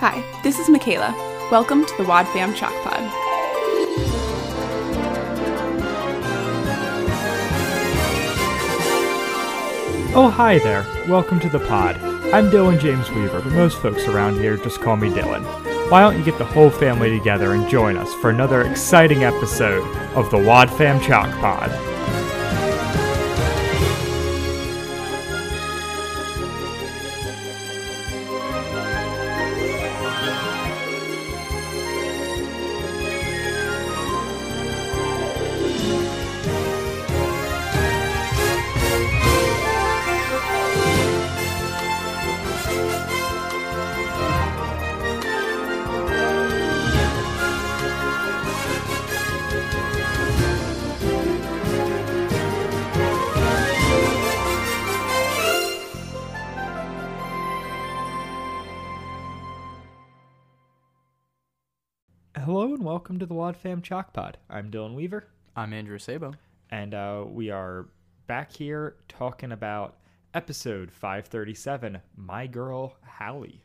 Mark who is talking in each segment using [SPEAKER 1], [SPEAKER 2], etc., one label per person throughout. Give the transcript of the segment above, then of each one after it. [SPEAKER 1] Hi, this is Michaela. Welcome to the Wad Fam Chalk Pod.
[SPEAKER 2] Oh, hi there. Welcome to the pod. I'm Dylan James Weaver, but most folks around here just call me Dylan. Why don't you get the whole family together and join us for another exciting episode of the Wad Fam Chalk Pod? Hello and welcome to the Wad Fam Chalk Pod. I'm Dylan Weaver,
[SPEAKER 3] I'm Andrew Sabo.
[SPEAKER 2] and uh, we are back here talking about episode 537 My Girl Hallie.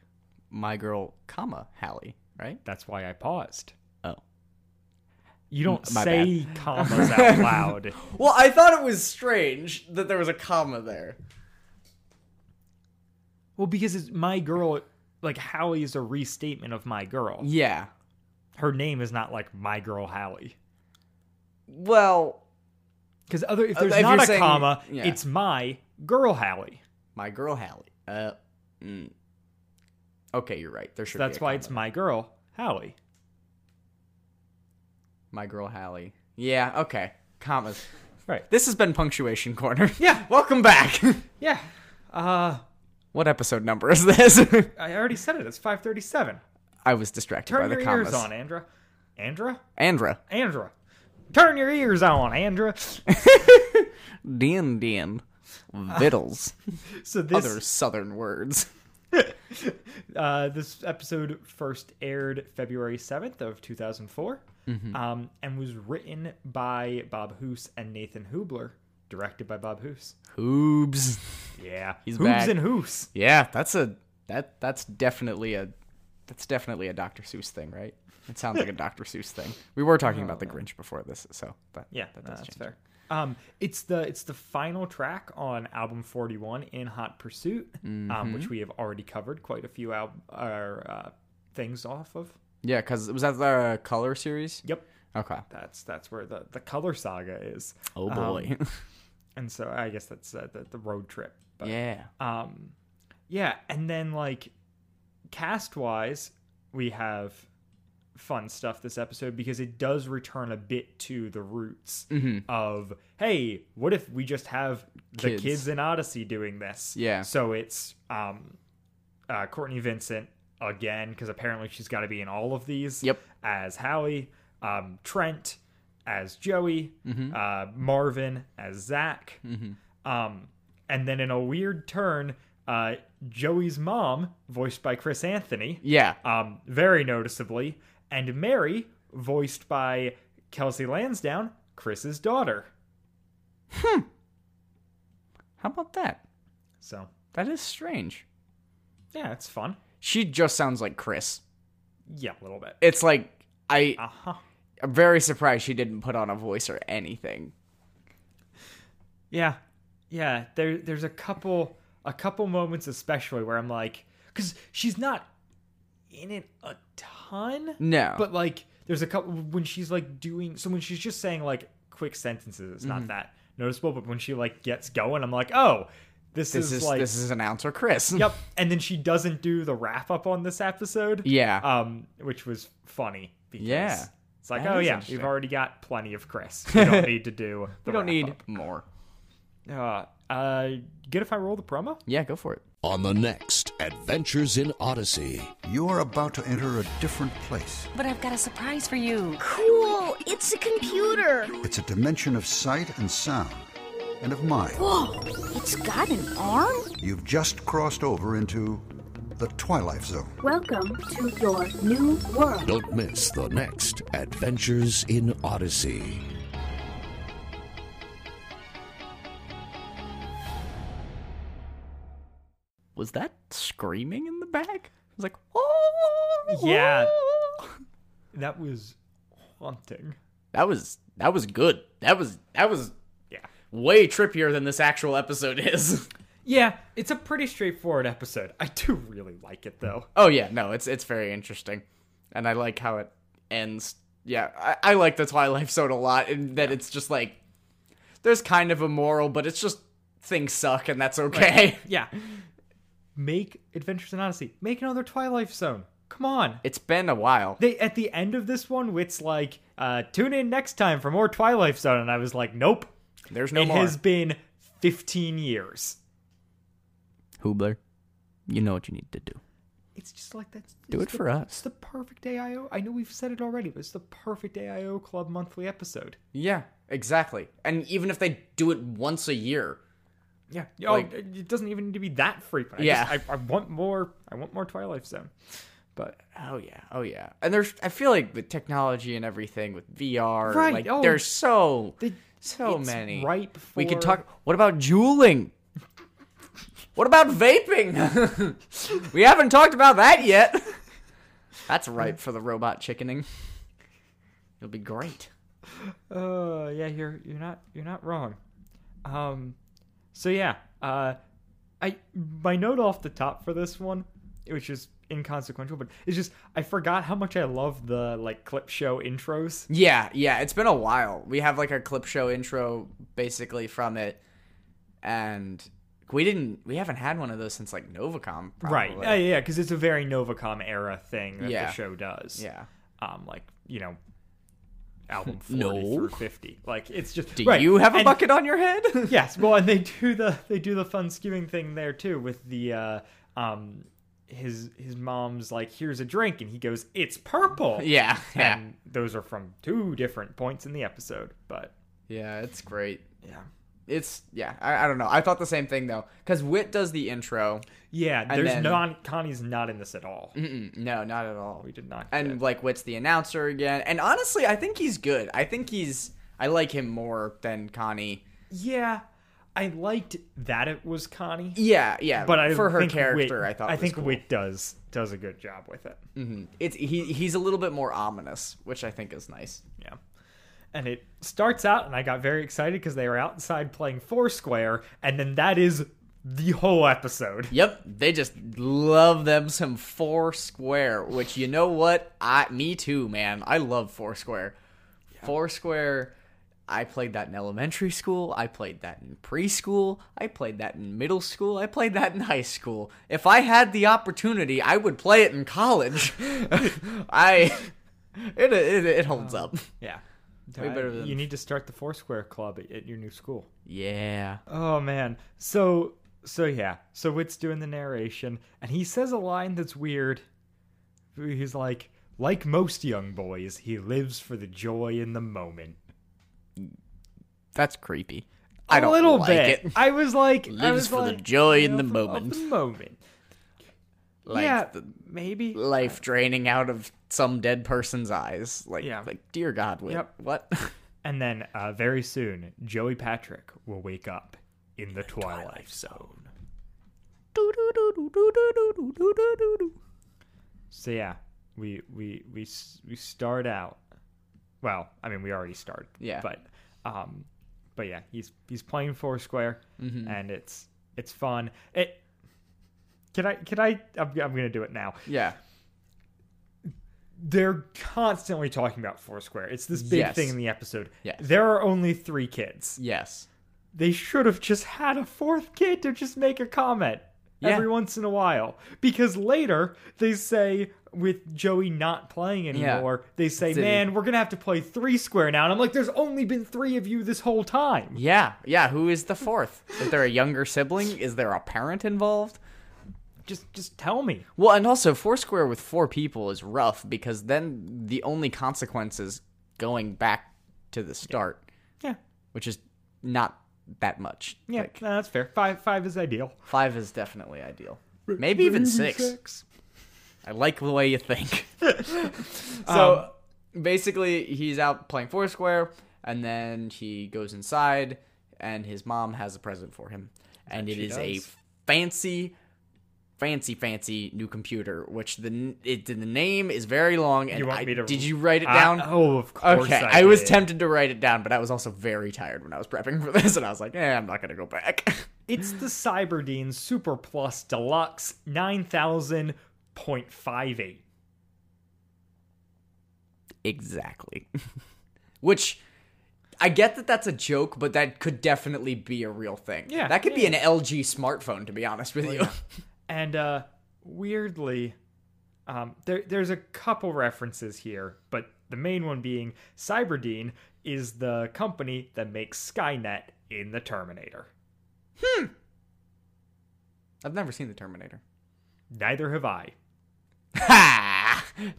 [SPEAKER 3] My girl, comma, Hallie, right?
[SPEAKER 2] That's why I paused.
[SPEAKER 3] Oh.
[SPEAKER 2] You don't
[SPEAKER 3] my
[SPEAKER 2] say commas out loud.
[SPEAKER 4] Well, I thought it was strange that there was a comma there.
[SPEAKER 2] Well, because it's my girl. Like Hallie is a restatement of my girl.
[SPEAKER 3] Yeah.
[SPEAKER 2] Her name is not like my girl Hallie.
[SPEAKER 4] Well,
[SPEAKER 2] Because other if
[SPEAKER 3] Uh,
[SPEAKER 2] there's
[SPEAKER 3] if
[SPEAKER 2] not
[SPEAKER 3] you're
[SPEAKER 2] a
[SPEAKER 3] saying-
[SPEAKER 2] comma,
[SPEAKER 3] yeah.
[SPEAKER 2] it's my girl Hallie.
[SPEAKER 3] My girl, Hallie. Uh, mm. Okay, you're right. There should
[SPEAKER 2] That's
[SPEAKER 3] be a
[SPEAKER 2] why
[SPEAKER 3] comma.
[SPEAKER 2] it's my girl Hallie.
[SPEAKER 3] My girl, Hallie. Yeah, okay. Commas.
[SPEAKER 2] Right.
[SPEAKER 3] This has been Punctuation Corner.
[SPEAKER 2] Yeah.
[SPEAKER 3] Welcome back.
[SPEAKER 2] Yeah. Uh,
[SPEAKER 3] what episode number is this?
[SPEAKER 2] I already said it. It's 537.
[SPEAKER 3] I was distracted by
[SPEAKER 2] Turn
[SPEAKER 3] the
[SPEAKER 2] your
[SPEAKER 3] commas.
[SPEAKER 2] ears on, Andra. Andra?
[SPEAKER 3] Andra.
[SPEAKER 2] Andra. Turn your ears on, Andra.
[SPEAKER 3] Dian Dian. Vittles.
[SPEAKER 2] So this
[SPEAKER 3] Other southern words.
[SPEAKER 2] Uh, this episode first aired February 7th of 2004
[SPEAKER 3] Mm-hmm.
[SPEAKER 2] um, and was written by Bob Hoos and Nathan Hubler, directed by Bob Hoos.
[SPEAKER 3] Hoobs.
[SPEAKER 2] Yeah.
[SPEAKER 3] He's
[SPEAKER 2] Hoobs
[SPEAKER 3] back.
[SPEAKER 2] and Hoos.
[SPEAKER 3] Yeah, that's a that that's definitely a that's definitely a Dr. Seuss thing, right? It sounds like a Dr. Seuss thing. We were talking about the Grinch before this, so that,
[SPEAKER 2] Yeah,
[SPEAKER 3] that
[SPEAKER 2] no,
[SPEAKER 3] does
[SPEAKER 2] that's
[SPEAKER 3] change.
[SPEAKER 2] fair. Um, it's the it's the final track on album 41 in Hot Pursuit, um,
[SPEAKER 3] Mm-hmm.
[SPEAKER 2] which we have already covered quite a few al- or, uh, things off of.
[SPEAKER 3] Yeah, because was that the color series?
[SPEAKER 2] Yep,
[SPEAKER 3] Okay.
[SPEAKER 2] that's that's where the the color saga is,
[SPEAKER 3] Oh
[SPEAKER 2] boy. and so I guess that's uh, the, the road trip. But
[SPEAKER 3] yeah.
[SPEAKER 2] Um, yeah, and then like cast wise, we have fun stuff this episode because it does return a bit to the roots
[SPEAKER 3] Mm-hmm.
[SPEAKER 2] of hey, what if we just have the
[SPEAKER 3] Mm. Kids.
[SPEAKER 2] kids in Odyssey doing this?
[SPEAKER 3] Yeah.
[SPEAKER 2] So it's um, uh, Courtney Vincent again because apparently she's got to be in all of these.
[SPEAKER 3] Yep.
[SPEAKER 2] As Howie, um, Trent as Joey,
[SPEAKER 3] Mm-hmm.
[SPEAKER 2] uh, Marvin as Zach. Um, and then in a weird turn, uh, Joey's mom, voiced by Chris Anthony,
[SPEAKER 3] Yeah.
[SPEAKER 2] um, very noticeably, and Mary, voiced by Kelsey Lansdowne, Chris's daughter.
[SPEAKER 3] How about that?
[SPEAKER 2] So
[SPEAKER 3] That is strange.
[SPEAKER 2] yeah, it's fun.
[SPEAKER 3] She just sounds like Chris.
[SPEAKER 2] Yeah, a little bit.
[SPEAKER 3] It's like I
[SPEAKER 2] Uh huh.
[SPEAKER 3] I'm very surprised she didn't put on a voice or anything.
[SPEAKER 2] Yeah, yeah. There, there's a couple, a couple moments especially where I'm like, because she's not in it a ton.
[SPEAKER 3] No.
[SPEAKER 2] But like, there's a couple when she's like doing. So when she's just saying like quick sentences, it's
[SPEAKER 3] Mm-hmm.
[SPEAKER 2] not that noticeable. But when she like gets going, I'm like, oh, this,
[SPEAKER 3] this
[SPEAKER 2] is,
[SPEAKER 3] is
[SPEAKER 2] like,
[SPEAKER 3] this is announcer Chris.
[SPEAKER 2] yep. And then she doesn't do the wrap up on this episode.
[SPEAKER 3] Yeah.
[SPEAKER 2] Um, which was funny. Because
[SPEAKER 3] Yeah.
[SPEAKER 2] It's like,
[SPEAKER 3] That
[SPEAKER 2] oh
[SPEAKER 3] is
[SPEAKER 2] yeah,
[SPEAKER 3] interesting.
[SPEAKER 2] we've already got plenty of Chris. We don't need to do. The
[SPEAKER 3] we don't need
[SPEAKER 2] wrap-up.
[SPEAKER 3] more.
[SPEAKER 2] Uh, uh, good if I roll the promo.
[SPEAKER 3] Yeah, go for it.
[SPEAKER 5] On the next Adventures in Odyssey.
[SPEAKER 6] You're about to enter a different place.
[SPEAKER 7] But I've got a surprise for you.
[SPEAKER 8] Cool! It's a computer!
[SPEAKER 6] It's a dimension of sight and sound, and of mind.
[SPEAKER 8] Whoa! It's got an arm?
[SPEAKER 6] You've just crossed over into the Twilight Zone.
[SPEAKER 8] Welcome to your new world.
[SPEAKER 5] Don't miss the next Adventures in Odyssey.
[SPEAKER 3] Was that screaming in the back?
[SPEAKER 9] was like, oh,
[SPEAKER 2] Yeah. That was haunting.
[SPEAKER 3] That was that was good. That was that was
[SPEAKER 2] Yeah.
[SPEAKER 3] way trippier than this actual episode is.
[SPEAKER 2] Yeah, it's a pretty straightforward episode. I do really like it though.
[SPEAKER 3] Oh yeah, no, it's it's very interesting, and I like how it ends. Yeah, I, I like the Twilight Zone a lot, and that it's just like there's kind of a moral, but it's just things suck, and that's okay.
[SPEAKER 2] Yeah. Make Adventures in Odyssey. Make another Twilight Zone. Come on.
[SPEAKER 3] It's been a while.
[SPEAKER 2] They at the end of this one, it's like, uh, tune in next time for more Twilight Zone, and I was like, nope.
[SPEAKER 3] There's no
[SPEAKER 2] it
[SPEAKER 3] more.
[SPEAKER 2] has been 15 years.
[SPEAKER 9] Hoobler, you know what you need to do.
[SPEAKER 2] It's just like that's
[SPEAKER 9] Do it
[SPEAKER 2] it's the-
[SPEAKER 9] for us.
[SPEAKER 2] It's the perfect AIO. I know we've said it already, but it's the perfect AIO Club monthly episode.
[SPEAKER 3] Yeah, exactly. And even if they do it once a year,
[SPEAKER 2] Yeah, oh,
[SPEAKER 3] Like-
[SPEAKER 2] it it doesn't even need to be that frequent. I
[SPEAKER 3] Yeah.
[SPEAKER 2] just, I, I want more. I want more Twilight Zone. But uh,
[SPEAKER 3] oh yeah, oh yeah. And there's, I feel like the technology and everything with VR,
[SPEAKER 2] Right,
[SPEAKER 3] Like
[SPEAKER 2] oh,
[SPEAKER 3] there's so
[SPEAKER 2] the-
[SPEAKER 3] so
[SPEAKER 2] it's
[SPEAKER 3] many.
[SPEAKER 2] ripe
[SPEAKER 3] We could
[SPEAKER 2] for-
[SPEAKER 3] talk. What about juuling? what about vaping? we haven't talked about that yet. That's ripe for the robot chickening. It'll be great.
[SPEAKER 2] uh, yeah, you're you're not you're not wrong. Um, so yeah, uh, I my note off the top for this one, which is inconsequential, but it's just I forgot how much I love the like clip show intros.
[SPEAKER 3] Yeah, yeah, it's been a while. We have like a clip show intro basically from it, and we didn't, we haven't had one of those since like Novacom, probably.
[SPEAKER 2] Right. Yeah, yeah, because it's a very Novacom era thing that
[SPEAKER 3] Yeah.
[SPEAKER 2] the show does.
[SPEAKER 3] yeah.
[SPEAKER 2] Um, like you know, album forty
[SPEAKER 3] No.
[SPEAKER 2] through fifty. Like it's just.
[SPEAKER 3] Do
[SPEAKER 2] right,
[SPEAKER 3] you have a
[SPEAKER 2] and-
[SPEAKER 3] bucket on your head?
[SPEAKER 2] yes. Well, and they do the they do the fun skewing thing there too with the uh, um his his mom's like here's a drink and he goes it's purple.
[SPEAKER 3] yeah, yeah,
[SPEAKER 2] And those are from two different points in the episode, but
[SPEAKER 3] yeah. It's great.
[SPEAKER 2] yeah.
[SPEAKER 3] It's yeah. I, I don't know. I thought the same thing though, because Wit does the intro.
[SPEAKER 2] Yeah, there's
[SPEAKER 3] then-
[SPEAKER 2] non Connie's not in this at all.
[SPEAKER 3] Mm-mm, no, not at all.
[SPEAKER 2] We did not.
[SPEAKER 3] and
[SPEAKER 2] get-
[SPEAKER 3] like Wit's the announcer again. And honestly, I think he's good. I think he's. I like him more than Connie.
[SPEAKER 2] yeah, I liked that it was Connie.
[SPEAKER 3] Yeah, yeah.
[SPEAKER 2] but I
[SPEAKER 3] for her
[SPEAKER 2] think
[SPEAKER 3] character,
[SPEAKER 2] Whit-
[SPEAKER 3] I thought
[SPEAKER 2] I
[SPEAKER 3] was
[SPEAKER 2] think
[SPEAKER 3] cool.
[SPEAKER 2] Wit does does a good job with it.
[SPEAKER 3] It's he he's a little bit more ominous, which I think is nice.
[SPEAKER 2] Yeah, and it starts out, and I got very excited because they were outside playing Foursquare, and then that is the whole episode.
[SPEAKER 3] Yep, they just love them some Foursquare, which you know what? I me too, man. I love Foursquare. Foursquare I played that in elementary school, I played that in preschool, I played that in middle school, I played that in high school. If I had the opportunity, I would play it in college. I it it, it holds up.
[SPEAKER 2] Yeah,
[SPEAKER 3] better than-
[SPEAKER 2] you need to start the Foursquare club at, at your new school.
[SPEAKER 3] Yeah.
[SPEAKER 2] Oh man. So so yeah. So Wit's doing the narration and he says a line that's weird. He's like, like most young boys, he lives for the joy in the moment.
[SPEAKER 9] That's creepy.
[SPEAKER 2] A
[SPEAKER 3] I don't
[SPEAKER 2] little
[SPEAKER 3] like
[SPEAKER 2] bit.
[SPEAKER 3] it.
[SPEAKER 2] I was like, I
[SPEAKER 3] Lives
[SPEAKER 2] was
[SPEAKER 3] for the
[SPEAKER 2] like,
[SPEAKER 3] joy
[SPEAKER 2] you
[SPEAKER 3] in
[SPEAKER 2] know,
[SPEAKER 3] the
[SPEAKER 2] for- of
[SPEAKER 3] moment.
[SPEAKER 2] the moment.
[SPEAKER 3] Like
[SPEAKER 2] yeah,
[SPEAKER 3] the-
[SPEAKER 2] maybe.
[SPEAKER 3] life draining out of some dead person's eyes. Like,
[SPEAKER 2] Yeah.
[SPEAKER 3] like dear God, Whit,
[SPEAKER 2] Yep.
[SPEAKER 3] what?
[SPEAKER 2] And then uh, very soon, Joey Patrick will wake up in the Twilight Zone. So yeah, we we we s- we start out. Well, I mean, we already started.
[SPEAKER 3] Yeah.
[SPEAKER 2] But um, but yeah, he's he's playing Foursquare,
[SPEAKER 3] Mm-hmm.
[SPEAKER 2] and it's it's fun. It. Can I? Can I? I'm, I'm gonna do it now.
[SPEAKER 3] yeah,
[SPEAKER 2] They're constantly talking about Foursquare. It's this big
[SPEAKER 3] Yes.
[SPEAKER 2] thing in the episode.
[SPEAKER 3] Yes.
[SPEAKER 2] There are only three kids.
[SPEAKER 3] yes,
[SPEAKER 2] they should have just had a fourth kid to just make a comment every once in a while. Because later they say with Joey not playing anymore, they say,
[SPEAKER 3] Did he-
[SPEAKER 2] "Man, we're gonna have to play three square now." And I'm like, "There's only been three of you this whole time."
[SPEAKER 3] yeah, yeah. Who is the fourth? Is there a younger sibling? Is there a parent involved?
[SPEAKER 2] Just, just tell me.
[SPEAKER 3] Well, and also foursquare with four people is rough because then the only consequence is going back to the start,
[SPEAKER 2] Yeah,
[SPEAKER 3] which is not that much.
[SPEAKER 2] yeah,
[SPEAKER 3] Like,
[SPEAKER 2] no, that's fair. Five, five is ideal.
[SPEAKER 3] five is definitely ideal. Maybe even six. I like the way you think. so
[SPEAKER 2] Um,
[SPEAKER 3] basically, he's out playing Foursquare, and then he goes inside, and his mom has a present for him, and it is a fancy fancy fancy new computer, which the n- it the name is very long. And
[SPEAKER 2] You want
[SPEAKER 3] I-
[SPEAKER 2] me to-
[SPEAKER 3] did you write it
[SPEAKER 2] I-
[SPEAKER 3] down?
[SPEAKER 2] oh, of course
[SPEAKER 3] Okay,
[SPEAKER 2] I
[SPEAKER 3] I, was
[SPEAKER 2] did.
[SPEAKER 3] tempted to write it down, but I was also very tired when I was prepping for this, and I was like, eh, I'm not gonna go back.
[SPEAKER 2] It's the Cyberdean Super Plus Deluxe 9000.58.
[SPEAKER 3] exactly. which. I get that that's a joke, but that could definitely be a real thing.
[SPEAKER 2] Yeah,
[SPEAKER 3] that
[SPEAKER 2] yeah,
[SPEAKER 3] could be an LG smartphone, to be honest with you.
[SPEAKER 2] And uh, weirdly, um, there, there's a couple references here, but the main one being Cyberdean is the company that makes Skynet in the Terminator.
[SPEAKER 3] I've never seen the Terminator.
[SPEAKER 2] Neither have I.
[SPEAKER 3] Ha!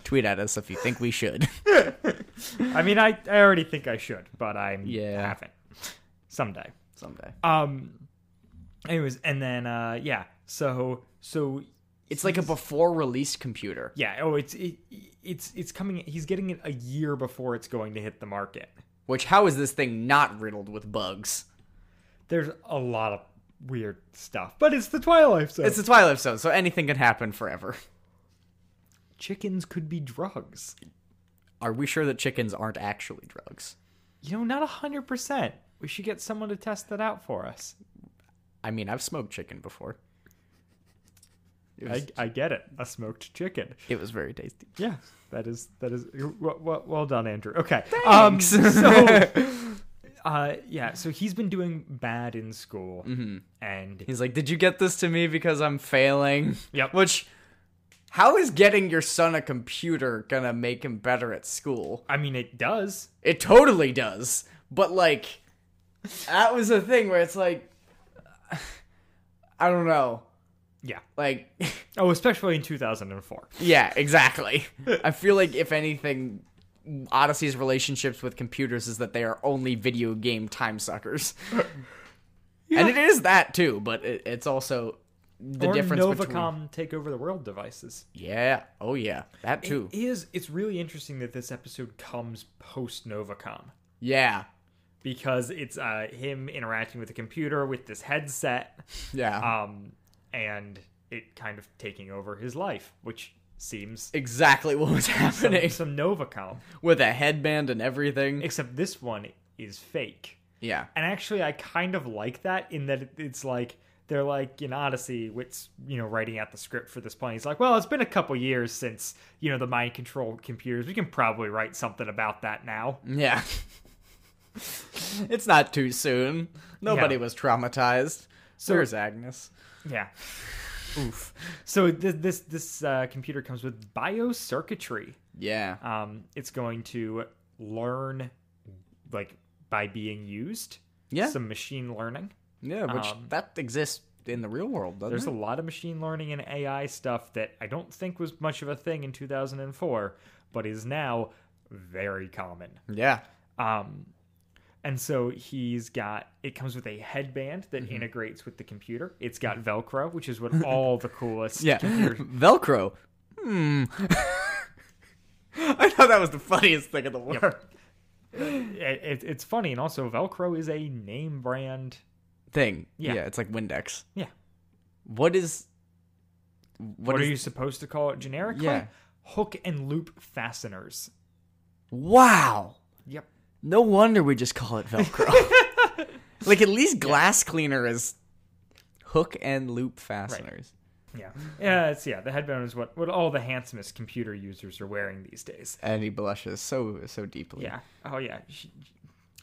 [SPEAKER 3] Tweet at us if you think we should.
[SPEAKER 2] I mean, I, I already think I should, but I
[SPEAKER 3] Yeah.
[SPEAKER 2] haven't. Someday.
[SPEAKER 3] Someday.
[SPEAKER 2] Um. Anyways, and then uh, yeah. So so
[SPEAKER 3] It's like a before release computer.
[SPEAKER 2] yeah. Oh, it's it, it's it's coming. He's getting it a year before it's going to hit the market.
[SPEAKER 3] Which, how is this thing not riddled with bugs?
[SPEAKER 2] There's a lot of weird stuff, but it's the Twilight Zone.
[SPEAKER 3] It's the Twilight Zone, so anything can happen forever.
[SPEAKER 2] Chickens could be drugs.
[SPEAKER 3] Are we sure that chickens aren't actually drugs?
[SPEAKER 2] You know, not a hundred percent. We should get someone to test that out for us.
[SPEAKER 3] I mean, I've smoked chicken before. It was,
[SPEAKER 2] I, I get it. A smoked chicken.
[SPEAKER 3] it was very tasty.
[SPEAKER 2] Yeah, that is that is well, well, well done, Andrew. Okay, thanks. Um, so, uh, yeah, so he's been doing bad in school, and
[SPEAKER 3] He's like, Did you get this to me because I'm failing?
[SPEAKER 2] Yep.
[SPEAKER 3] Which, how is getting your son a computer gonna make him better at school?
[SPEAKER 2] I mean, it does.
[SPEAKER 3] It totally does. But like that was a thing where it's like I don't know.
[SPEAKER 2] Yeah.
[SPEAKER 3] Like
[SPEAKER 2] Oh, especially in 2004.
[SPEAKER 3] yeah, exactly. I feel like if anything Odyssey's relationships with computers is that they are only video game time suckers. And it is that too, but it, it's also the
[SPEAKER 2] or
[SPEAKER 3] difference
[SPEAKER 2] Novacom
[SPEAKER 3] between
[SPEAKER 2] take over the world devices.
[SPEAKER 3] Yeah. Oh yeah. That too.
[SPEAKER 2] It is. It's really interesting that this episode comes post Novacom
[SPEAKER 3] yeah.
[SPEAKER 2] because it's uh, him interacting with the computer with this headset,
[SPEAKER 3] Yeah.
[SPEAKER 2] um, and it kind of taking over his life, which seems
[SPEAKER 3] exactly what was happening
[SPEAKER 2] some Novacom.
[SPEAKER 3] with a headband and everything.
[SPEAKER 2] except this one is fake.
[SPEAKER 3] Yeah.
[SPEAKER 2] And actually, I kind of like that in that it- it's like they're like in Odyssey, which you know, writing out the script for this plan. He's like, well, it's been a couple years since you know the mind control computers. We can probably write something about that now.
[SPEAKER 3] Yeah. it's not too soon. Nobody
[SPEAKER 2] Yeah.
[SPEAKER 3] was traumatized.
[SPEAKER 2] So-
[SPEAKER 3] There's Agnes.
[SPEAKER 2] Yeah. Oof. So th- this this uh, computer comes with biocircuitry.
[SPEAKER 3] Yeah.
[SPEAKER 2] Um, it's going to learn like by being used.
[SPEAKER 3] Yeah.
[SPEAKER 2] Some machine learning.
[SPEAKER 3] yeah, which
[SPEAKER 2] um,
[SPEAKER 3] that exists in the real world, doesn't
[SPEAKER 2] There's
[SPEAKER 3] it?
[SPEAKER 2] a lot of machine learning and AI stuff that I don't think was much of a thing in 2004, but is now very common.
[SPEAKER 3] yeah.
[SPEAKER 2] Um, and so he's got it comes with a headband that
[SPEAKER 3] Mm-hmm.
[SPEAKER 2] integrates with the computer. It's got Velcro, which is what all the coolest
[SPEAKER 3] Yeah.
[SPEAKER 2] computers.
[SPEAKER 3] Velcro. Hmm. I thought that was the funniest thing in the world.
[SPEAKER 2] It, it- it's funny, and also Velcro is a name brand.
[SPEAKER 3] Thing.
[SPEAKER 2] Yeah.
[SPEAKER 3] Yeah. it's like Windex.
[SPEAKER 2] Yeah.
[SPEAKER 3] What is
[SPEAKER 2] What, are
[SPEAKER 3] is-
[SPEAKER 2] you supposed to call it generically?
[SPEAKER 3] Yeah.
[SPEAKER 2] Hook and loop fasteners.
[SPEAKER 3] Wow.
[SPEAKER 2] Yep.
[SPEAKER 3] No wonder we just call it Velcro. like at least glass cleaner is hook and loop fasteners.
[SPEAKER 2] Yeah. Yeah. It's yeah. The headband is what what all the handsomest computer users are wearing these days.
[SPEAKER 3] and he blushes so so deeply.
[SPEAKER 2] Yeah. Oh yeah. She-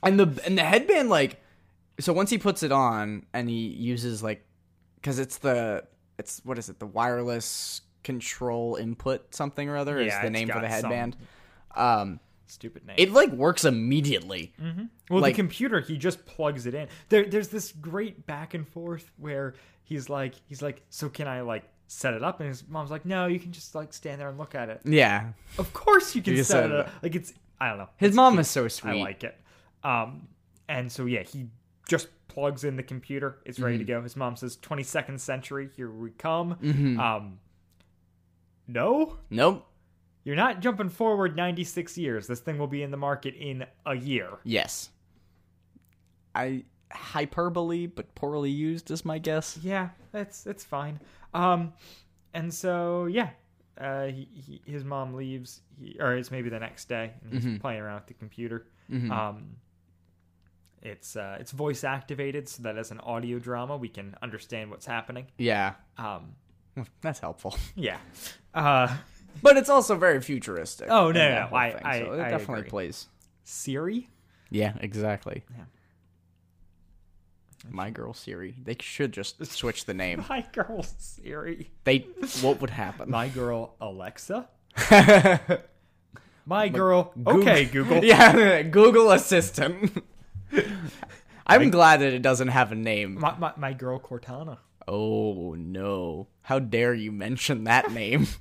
[SPEAKER 3] and the and the headband like, so once he puts it on and he uses like, because it's the it's what is it the wireless control input something or other
[SPEAKER 2] Yeah,
[SPEAKER 3] is the
[SPEAKER 2] it's
[SPEAKER 3] name for the
[SPEAKER 2] got some-
[SPEAKER 3] headband. Um,
[SPEAKER 2] Stupid name.
[SPEAKER 3] it like works immediately.
[SPEAKER 2] Mm. well,
[SPEAKER 3] like-
[SPEAKER 2] the computer he just plugs it in. There, there's this great back and forth where he's like, he's like, so can I like set it up? And his mom's like, no, you can just like stand there and look at it.
[SPEAKER 3] Yeah,
[SPEAKER 2] Of course you can
[SPEAKER 3] can
[SPEAKER 2] set
[SPEAKER 3] set
[SPEAKER 2] it
[SPEAKER 3] it
[SPEAKER 2] up. Like it's, I don't know.
[SPEAKER 3] his mom is so sweet.
[SPEAKER 2] I like it. Um, and so yeah, he just plugs in the computer. It's ready to go. His mom says, "22nd century, here we come." Um, no,
[SPEAKER 3] Nope.
[SPEAKER 2] You're not jumping forward 96 years. This thing will be in the market in a year.
[SPEAKER 3] Yes. I hyperbole, but poorly used is my guess.
[SPEAKER 2] Yeah, that's that's fine. Um, and so yeah, uh, he, he his mom leaves, he, or it's maybe the next day, and he's playing around with the computer. Um, it's uh, it's voice activated so that as an audio drama we can understand what's happening.
[SPEAKER 3] Yeah,
[SPEAKER 2] Um,
[SPEAKER 3] that's helpful.
[SPEAKER 2] yeah. Uh,
[SPEAKER 3] But it's also very futuristic.
[SPEAKER 2] Oh, no,
[SPEAKER 3] and
[SPEAKER 2] no,
[SPEAKER 3] that
[SPEAKER 2] no,
[SPEAKER 3] whole
[SPEAKER 2] I-
[SPEAKER 3] thing,
[SPEAKER 2] I-
[SPEAKER 3] so it
[SPEAKER 2] I
[SPEAKER 3] definitely
[SPEAKER 2] agree.
[SPEAKER 3] plays.
[SPEAKER 2] Siri.
[SPEAKER 3] Yeah, exactly.
[SPEAKER 2] Yeah.
[SPEAKER 3] My girl Siri. They should just switch the name.
[SPEAKER 2] My girl Siri.
[SPEAKER 3] They what would happen?
[SPEAKER 2] My girl Alexa. My girl. Okay, Google.
[SPEAKER 3] yeah, Google Assistant. I'm glad that it doesn't have a name.
[SPEAKER 2] My, my, my girl Cortana.
[SPEAKER 3] Oh no. How dare you mention that name?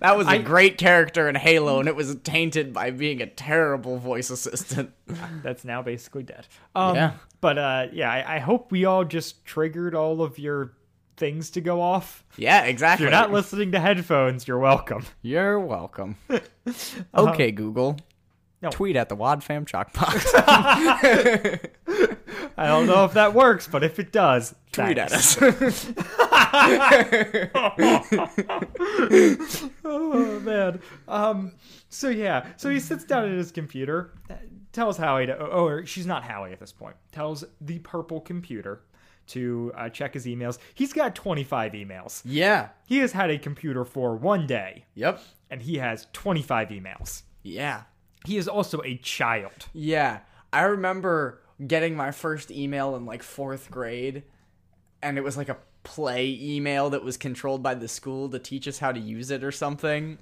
[SPEAKER 3] That was a great character in Halo and it was tainted by being a terrible voice assistant.
[SPEAKER 2] That's now basically dead. Um,
[SPEAKER 3] Yeah.
[SPEAKER 2] But uh, yeah, I, I hope we all just triggered all of your things to go off.
[SPEAKER 3] Yeah,
[SPEAKER 2] If
[SPEAKER 3] exactly.
[SPEAKER 2] you're not listening to headphones, you're welcome.
[SPEAKER 3] You're welcome. okay, Google.
[SPEAKER 2] Uh-huh. No.
[SPEAKER 3] Tweet at the Wadfam Chalkbox.
[SPEAKER 2] I don't know if that works, but if it does,
[SPEAKER 3] Tweet at
[SPEAKER 2] thanks.
[SPEAKER 3] us.
[SPEAKER 2] Oh man. Um. So yeah. So he sits down at his computer, tells Howie to. Oh, or she's not Howie at this point. Tells the purple computer to uh, check his emails. He's got 25 emails.
[SPEAKER 3] yeah.
[SPEAKER 2] He has had a computer for one day,
[SPEAKER 3] Yep.
[SPEAKER 2] and he has 25 emails.
[SPEAKER 3] Yeah.
[SPEAKER 2] He is also a child.
[SPEAKER 3] Yeah. I remember getting my first email in like fourth grade, and it was like a play email that was controlled by the school to teach us how to use it or something.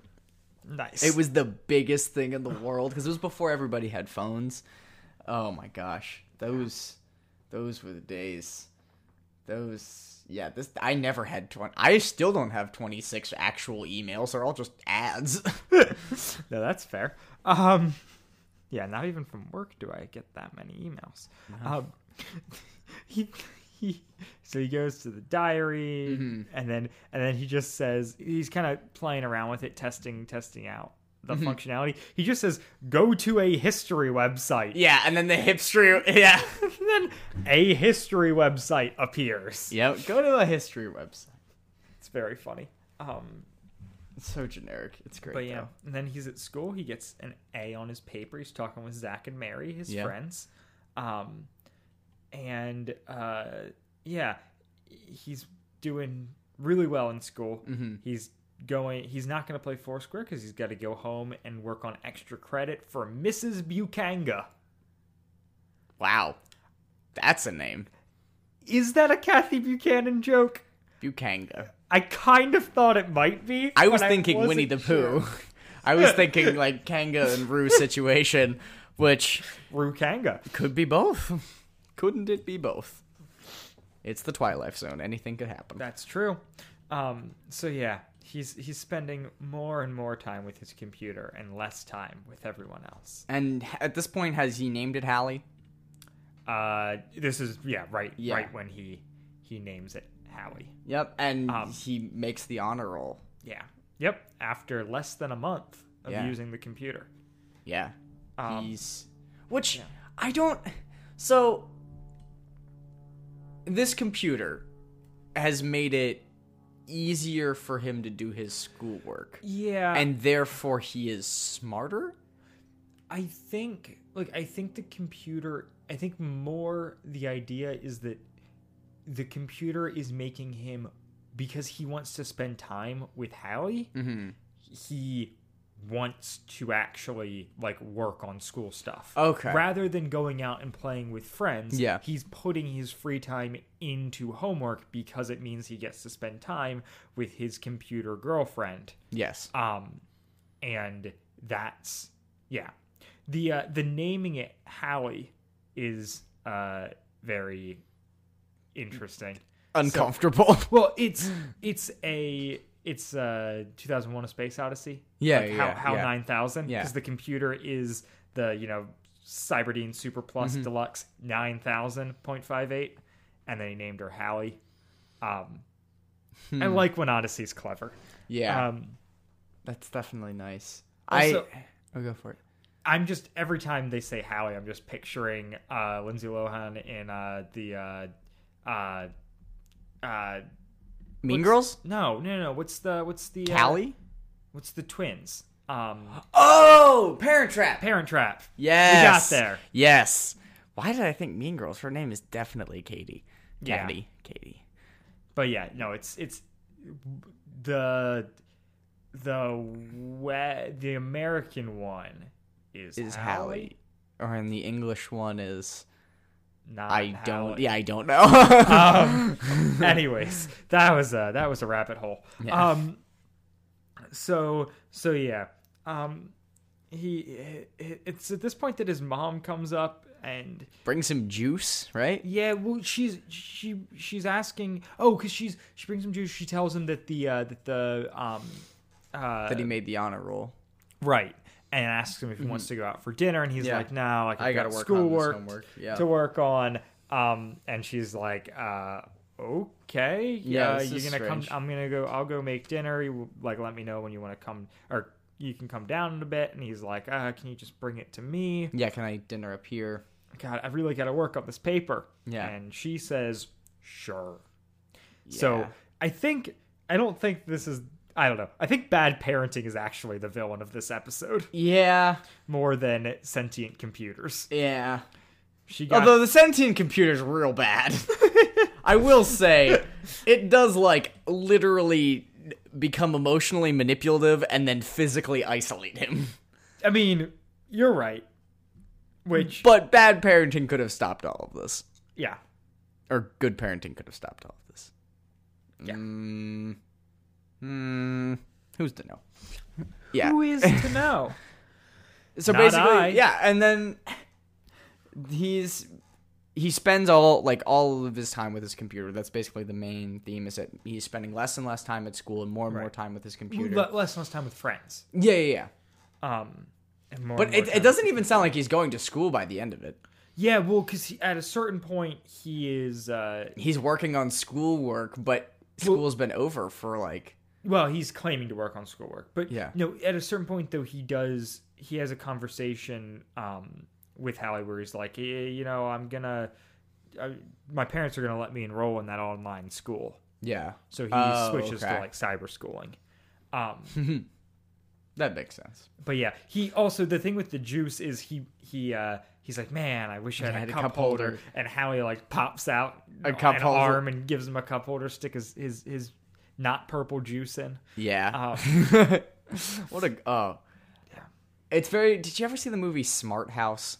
[SPEAKER 2] Nice.
[SPEAKER 3] It was the biggest thing in the world because it was before everybody had phones. Oh my gosh, those those were the days. Those yeah, this I never had twenty. I still don't have twenty six actual emails. They're all just ads.
[SPEAKER 2] No, that's fair. Um, yeah, not even from work do I get that many emails. Um, he, he, so he goes to the diary, and then and then he just says he's kind of playing around with it, testing testing out the functionality. He just says go to a history website.
[SPEAKER 3] yeah, and then the hipster. Yeah.
[SPEAKER 2] And then a history website appears.
[SPEAKER 3] Yep. Go to a history website.
[SPEAKER 2] It's very funny. Um,
[SPEAKER 3] It's so generic. It's great.
[SPEAKER 2] but yeah,
[SPEAKER 3] though.
[SPEAKER 2] and then he's at school. He gets an A on his paper. He's talking with Zach and Mary, his
[SPEAKER 3] Yeah.
[SPEAKER 2] friends. Um, and uh, yeah, he's doing really well in school.
[SPEAKER 3] Mm-hmm.
[SPEAKER 2] He's going. He's not going to play Foursquare because he's got to go home and work on extra credit for Mrs. Bukanga.
[SPEAKER 3] Wow. That's a name.
[SPEAKER 2] Is that a Kathy Buchanan joke?
[SPEAKER 3] Bukanga.
[SPEAKER 2] I kind of thought it might be.
[SPEAKER 3] I
[SPEAKER 2] but
[SPEAKER 3] was thinking Winnie
[SPEAKER 2] wasn't
[SPEAKER 3] the
[SPEAKER 2] sure.
[SPEAKER 3] Pooh. I was thinking like Kanga and Roo situation, which
[SPEAKER 2] Rukanga.
[SPEAKER 3] could be both. Couldn't it be both? It's the Twilight Zone. Anything could happen.
[SPEAKER 2] That's true. Um, so yeah, he's he's spending more and more time with his computer and less time with everyone else.
[SPEAKER 3] And h- at this point, has he named it Hallie?
[SPEAKER 2] Uh, this is yeah, right,
[SPEAKER 3] Yeah.
[SPEAKER 2] right when he he names it Howie.
[SPEAKER 3] Yep. And
[SPEAKER 2] Um,
[SPEAKER 3] he makes the honor roll.
[SPEAKER 2] Yeah. Yep. After less than a month of
[SPEAKER 3] Yeah.
[SPEAKER 2] using the computer.
[SPEAKER 3] Yeah.
[SPEAKER 2] Um,
[SPEAKER 3] He's which I don't so this computer has made it easier for him to do his schoolwork
[SPEAKER 2] Yeah.
[SPEAKER 3] and therefore he is smarter.
[SPEAKER 2] I think like I think the computer I think more the idea is that the computer is making him because he wants to spend time with Howie,
[SPEAKER 3] Mm-hmm.
[SPEAKER 2] he wants to actually like work on school stuff.
[SPEAKER 3] Okay.
[SPEAKER 2] Rather than going out and playing with friends,
[SPEAKER 3] Yeah.
[SPEAKER 2] he's putting his free time into homework because it means he gets to spend time with his computer girlfriend
[SPEAKER 3] Yes.
[SPEAKER 2] um and that's yeah the uh the naming it howie is uh very interesting
[SPEAKER 3] Uncomfortable.
[SPEAKER 2] well it's it's a it's uh 2001 a space odyssey
[SPEAKER 3] Yeah,
[SPEAKER 2] like
[SPEAKER 3] yeah,
[SPEAKER 2] how,
[SPEAKER 3] yeah,
[SPEAKER 2] how
[SPEAKER 3] yeah.
[SPEAKER 2] 9000
[SPEAKER 3] Yeah.
[SPEAKER 2] because the computer is the you know cyberdean super plus
[SPEAKER 3] Mm-hmm.
[SPEAKER 2] deluxe 9000.58 and then he named her howie um i like when odyssey's clever
[SPEAKER 3] Hmm. yeah.
[SPEAKER 2] um
[SPEAKER 3] that's definitely nice.
[SPEAKER 2] also-
[SPEAKER 3] I I'll go for it.
[SPEAKER 2] I'm just every time they say Howie, I'm just picturing uh, Lindsay Lohan in uh, the uh, uh, uh,
[SPEAKER 3] Mean
[SPEAKER 2] what's-
[SPEAKER 3] Girls?
[SPEAKER 2] No, no, no. What's the what's the uh,
[SPEAKER 3] Callie?
[SPEAKER 2] what's the twins? Um,
[SPEAKER 3] Oh, Parent Trap.
[SPEAKER 2] Parent Trap.
[SPEAKER 3] Yes.
[SPEAKER 2] we got there.
[SPEAKER 3] Yes. Why did I think Mean Girls? Her name is definitely Katie.
[SPEAKER 2] Yeah.
[SPEAKER 3] Katie. Katie.
[SPEAKER 2] But yeah, no, it's it's the the we- the American one is
[SPEAKER 3] Is
[SPEAKER 2] Hallie.
[SPEAKER 3] Hallie. Or in the English one is
[SPEAKER 2] Not
[SPEAKER 3] I don't
[SPEAKER 2] Hallie.
[SPEAKER 3] yeah, I don't know.
[SPEAKER 2] Um, Anyways, that was a that was a rabbit hole.
[SPEAKER 3] Yeah.
[SPEAKER 2] Um, so so yeah, um, he it- it's at this point that his mom comes up and
[SPEAKER 3] Bring some juice, right?
[SPEAKER 2] yeah, well she's she she's asking oh because she's she brings him juice. She tells him that the uh, that the um uh,
[SPEAKER 3] that he made the honor roll.
[SPEAKER 2] right and asks him if he wants to go out for dinner and he's
[SPEAKER 3] Mm-hmm. Yeah.
[SPEAKER 2] like no like
[SPEAKER 3] I
[SPEAKER 2] I've
[SPEAKER 3] gotta
[SPEAKER 2] got
[SPEAKER 3] work on this
[SPEAKER 2] schoolwork
[SPEAKER 3] homework." Yeah.
[SPEAKER 2] to work on um and she's like uh okay
[SPEAKER 3] Yeah,
[SPEAKER 2] uh,
[SPEAKER 3] this
[SPEAKER 2] you're
[SPEAKER 3] is
[SPEAKER 2] gonna
[SPEAKER 3] strange.
[SPEAKER 2] come i'm gonna go i'll go make dinner you like let me know when you want to come or you can come down in a bit and he's like uh can you just bring it to me
[SPEAKER 3] Yeah, can I dinner up here?
[SPEAKER 2] god i really gotta work on this paper
[SPEAKER 3] Yeah.
[SPEAKER 2] and she says sure so
[SPEAKER 3] Yeah.
[SPEAKER 2] I think I don't think this is I don't know. I think bad parenting is actually the villain of this episode
[SPEAKER 3] Yeah.
[SPEAKER 2] more than sentient computers.
[SPEAKER 3] Yeah.
[SPEAKER 2] She got
[SPEAKER 3] Although the sentient computer's real bad. I will say, it does like literally become emotionally manipulative and then physically isolate him.
[SPEAKER 2] I mean, you're right. Which
[SPEAKER 3] But bad parenting could have stopped all of this.
[SPEAKER 2] yeah.
[SPEAKER 3] Or good parenting could have stopped all of this.
[SPEAKER 2] Yeah.
[SPEAKER 3] Mm, mm, who's to know? Yeah.
[SPEAKER 2] Who is to know?
[SPEAKER 3] so
[SPEAKER 2] Not
[SPEAKER 3] basically
[SPEAKER 2] I.
[SPEAKER 3] yeah and then he's he spends all like all of his time with his computer that's basically the main theme is that he's spending less and less time at school and more and more
[SPEAKER 2] Right.
[SPEAKER 3] time with his computer
[SPEAKER 2] Le- less and less time with friends.
[SPEAKER 3] yeah yeah yeah
[SPEAKER 2] Um and more
[SPEAKER 3] but
[SPEAKER 2] and more
[SPEAKER 3] it,
[SPEAKER 2] time-
[SPEAKER 3] it doesn't even sound like he's going to school by the end of it
[SPEAKER 2] Yeah, well cuz at a certain point he is uh
[SPEAKER 3] he's working on schoolwork but school's been over for like
[SPEAKER 2] well, he's claiming to work on schoolwork. But
[SPEAKER 3] Yeah.
[SPEAKER 2] no, at a certain point though he does he has a conversation um with Hallie where he's like, "Eh, you know, I'm going to my parents are going to let me enroll in that online school.
[SPEAKER 3] yeah
[SPEAKER 2] So he
[SPEAKER 3] Oh,
[SPEAKER 2] switches
[SPEAKER 3] okay.
[SPEAKER 2] to like cyber schooling. Um
[SPEAKER 3] that makes sense
[SPEAKER 2] but yeah, he also the thing with the juice is he he uh he's like, man, I wish I had, a, cup holder. And Howie like pops out
[SPEAKER 3] A cup
[SPEAKER 2] an
[SPEAKER 3] holder.
[SPEAKER 2] arm and gives him a cup holder, stick his his his not purple juice in.
[SPEAKER 3] yeah
[SPEAKER 2] Um,
[SPEAKER 3] what a oh it's very did you ever see the movie smart house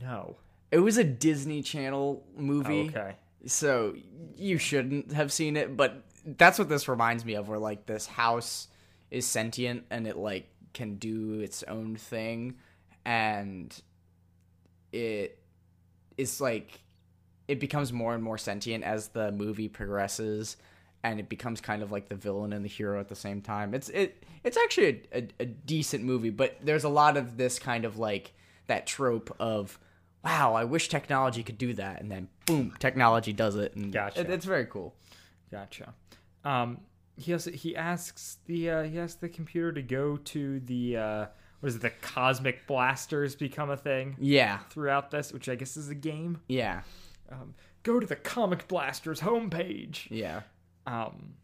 [SPEAKER 2] no,
[SPEAKER 3] it was a disney channel movie
[SPEAKER 2] Oh, okay,
[SPEAKER 3] so you shouldn't have seen it but that's what this reminds me of where like this house is sentient and it like can do its own thing and it it's like it becomes more and more sentient as the movie progresses and it becomes kind of like the villain and the hero at the same time it's it it's actually a, a, a decent movie but there's a lot of this kind of like that trope of wow i wish technology could do that and then boom technology does it and
[SPEAKER 2] Gotcha.
[SPEAKER 3] it- it's very cool
[SPEAKER 2] gotcha. Um, he also he asks the uh, he asks the computer to go to the uh, what is it? The cosmic blasters become a thing
[SPEAKER 3] yeah
[SPEAKER 2] throughout this, which I guess is a game.
[SPEAKER 3] yeah
[SPEAKER 2] Um, go to the comic blasters homepage.
[SPEAKER 3] yeah
[SPEAKER 2] Um,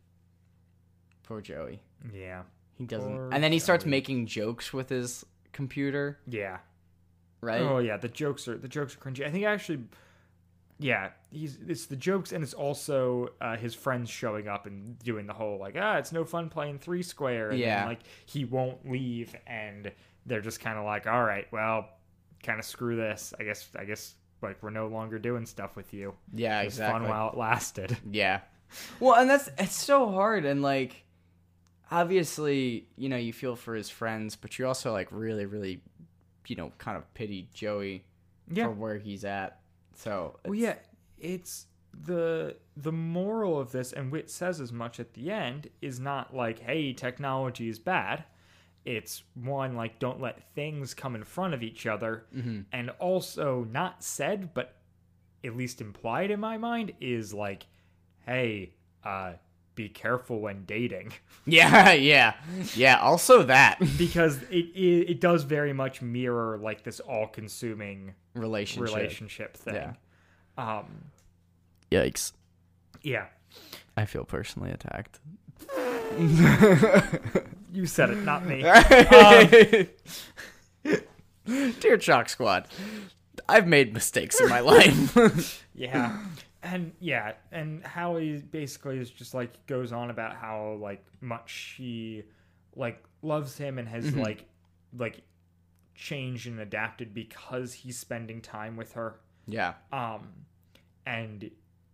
[SPEAKER 3] poor joey
[SPEAKER 2] yeah,
[SPEAKER 3] he doesn't
[SPEAKER 2] Poor
[SPEAKER 3] and then he starts making jokes with his computer
[SPEAKER 2] yeah.
[SPEAKER 3] right
[SPEAKER 2] Oh yeah, the jokes are the jokes are cringy. I think actually, yeah, he's it's the jokes and it's also uh, his friends showing up and doing the whole like ah, it's no fun playing three square. And then,
[SPEAKER 3] Yeah.
[SPEAKER 2] like he won't leave, and they're just kind of like, all right, well, kind of screw this. I guess I guess like we're no longer doing stuff with you.
[SPEAKER 3] yeah
[SPEAKER 2] It was
[SPEAKER 3] exactly
[SPEAKER 2] fun while it lasted.
[SPEAKER 3] Yeah. Well, and that's it's so hard and like obviously, you know, you feel for his friends, but you also like really really you know, kind of pity Joey
[SPEAKER 2] Yeah.
[SPEAKER 3] for where he's at. So,
[SPEAKER 2] Well, yeah, it's the the moral of this, and Wit says as much at the end, is not like, hey, technology is bad. It's one like don't let things come in front of each other, and also not said, but at least implied in my mind is like, hey, uh, be careful when dating
[SPEAKER 3] yeah, yeah. Yeah, also that
[SPEAKER 2] because it, it it does very much mirror like this all consuming
[SPEAKER 3] relationship.
[SPEAKER 2] relationship thing.
[SPEAKER 3] Yeah.
[SPEAKER 2] Um,
[SPEAKER 3] Yikes.
[SPEAKER 2] yeah.
[SPEAKER 3] I feel personally attacked.
[SPEAKER 2] You said it, not me.
[SPEAKER 3] Um, Dear Chalk Squad, I've made mistakes in my life.
[SPEAKER 2] Yeah. And yeah, and Howie basically is just like goes on about how like much she like loves him and
[SPEAKER 3] Mm-hmm.
[SPEAKER 2] has like like changed and adapted because he's spending time with her.
[SPEAKER 3] yeah.
[SPEAKER 2] Um and